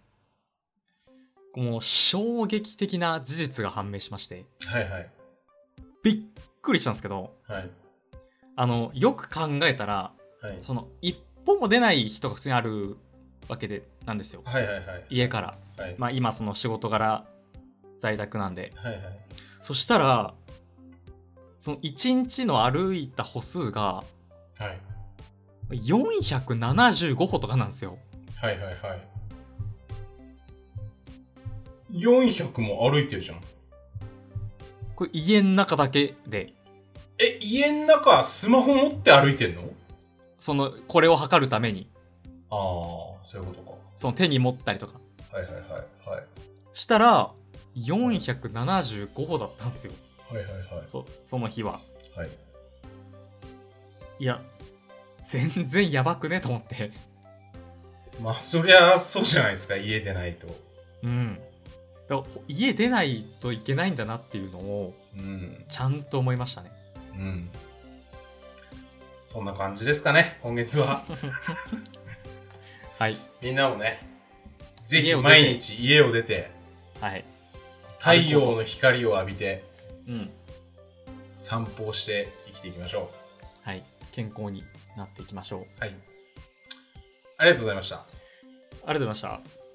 Speaker 1: もう衝撃的な事実が判明しまして、
Speaker 2: はい、はい。
Speaker 1: びっくりしたんですけど、
Speaker 2: はい。
Speaker 1: あの、よく考えたら、
Speaker 2: はい。
Speaker 1: その、一歩も出ない人が普通にあるわけで、なんですよ。
Speaker 2: はい、はい、はい。
Speaker 1: 家から。
Speaker 2: はい。
Speaker 1: まあ今、その仕事柄、在宅なんで。
Speaker 2: はい、はい。
Speaker 1: そしたら、その1日の歩いた歩数が、
Speaker 2: はい。
Speaker 1: 475歩とかなんですよ
Speaker 2: はいはいはい。400も歩いてるじゃん。
Speaker 1: これ家の中だけで
Speaker 2: え、家の中スマホ持って歩いてんの
Speaker 1: そのこれを測るために
Speaker 2: ああ、そういうこと
Speaker 1: その手に持ったりとか
Speaker 2: か。はいはいはい。はい、
Speaker 1: したら475歩だったんですよ
Speaker 2: はいはいはい。
Speaker 1: そその日は
Speaker 2: はい。
Speaker 1: いや全然やばくねと思って
Speaker 2: まあ、そりゃそうじゃないですか、家でないと。
Speaker 1: うんだからほ家出ないといけないんだなっていうのを
Speaker 2: うん。
Speaker 1: ちゃんと思いましたね
Speaker 2: うん。そんな感じですかね、今月 は。
Speaker 1: はい
Speaker 2: みんなもね、ぜひ
Speaker 1: 家を出て
Speaker 2: 毎日家を出て、
Speaker 1: はい
Speaker 2: 太陽の光を浴びて、
Speaker 1: うん
Speaker 2: 散歩をして生きていきましょ
Speaker 1: はい健康になっていきましょう
Speaker 2: う。はい。ありがとうございました。
Speaker 1: ありがとうございました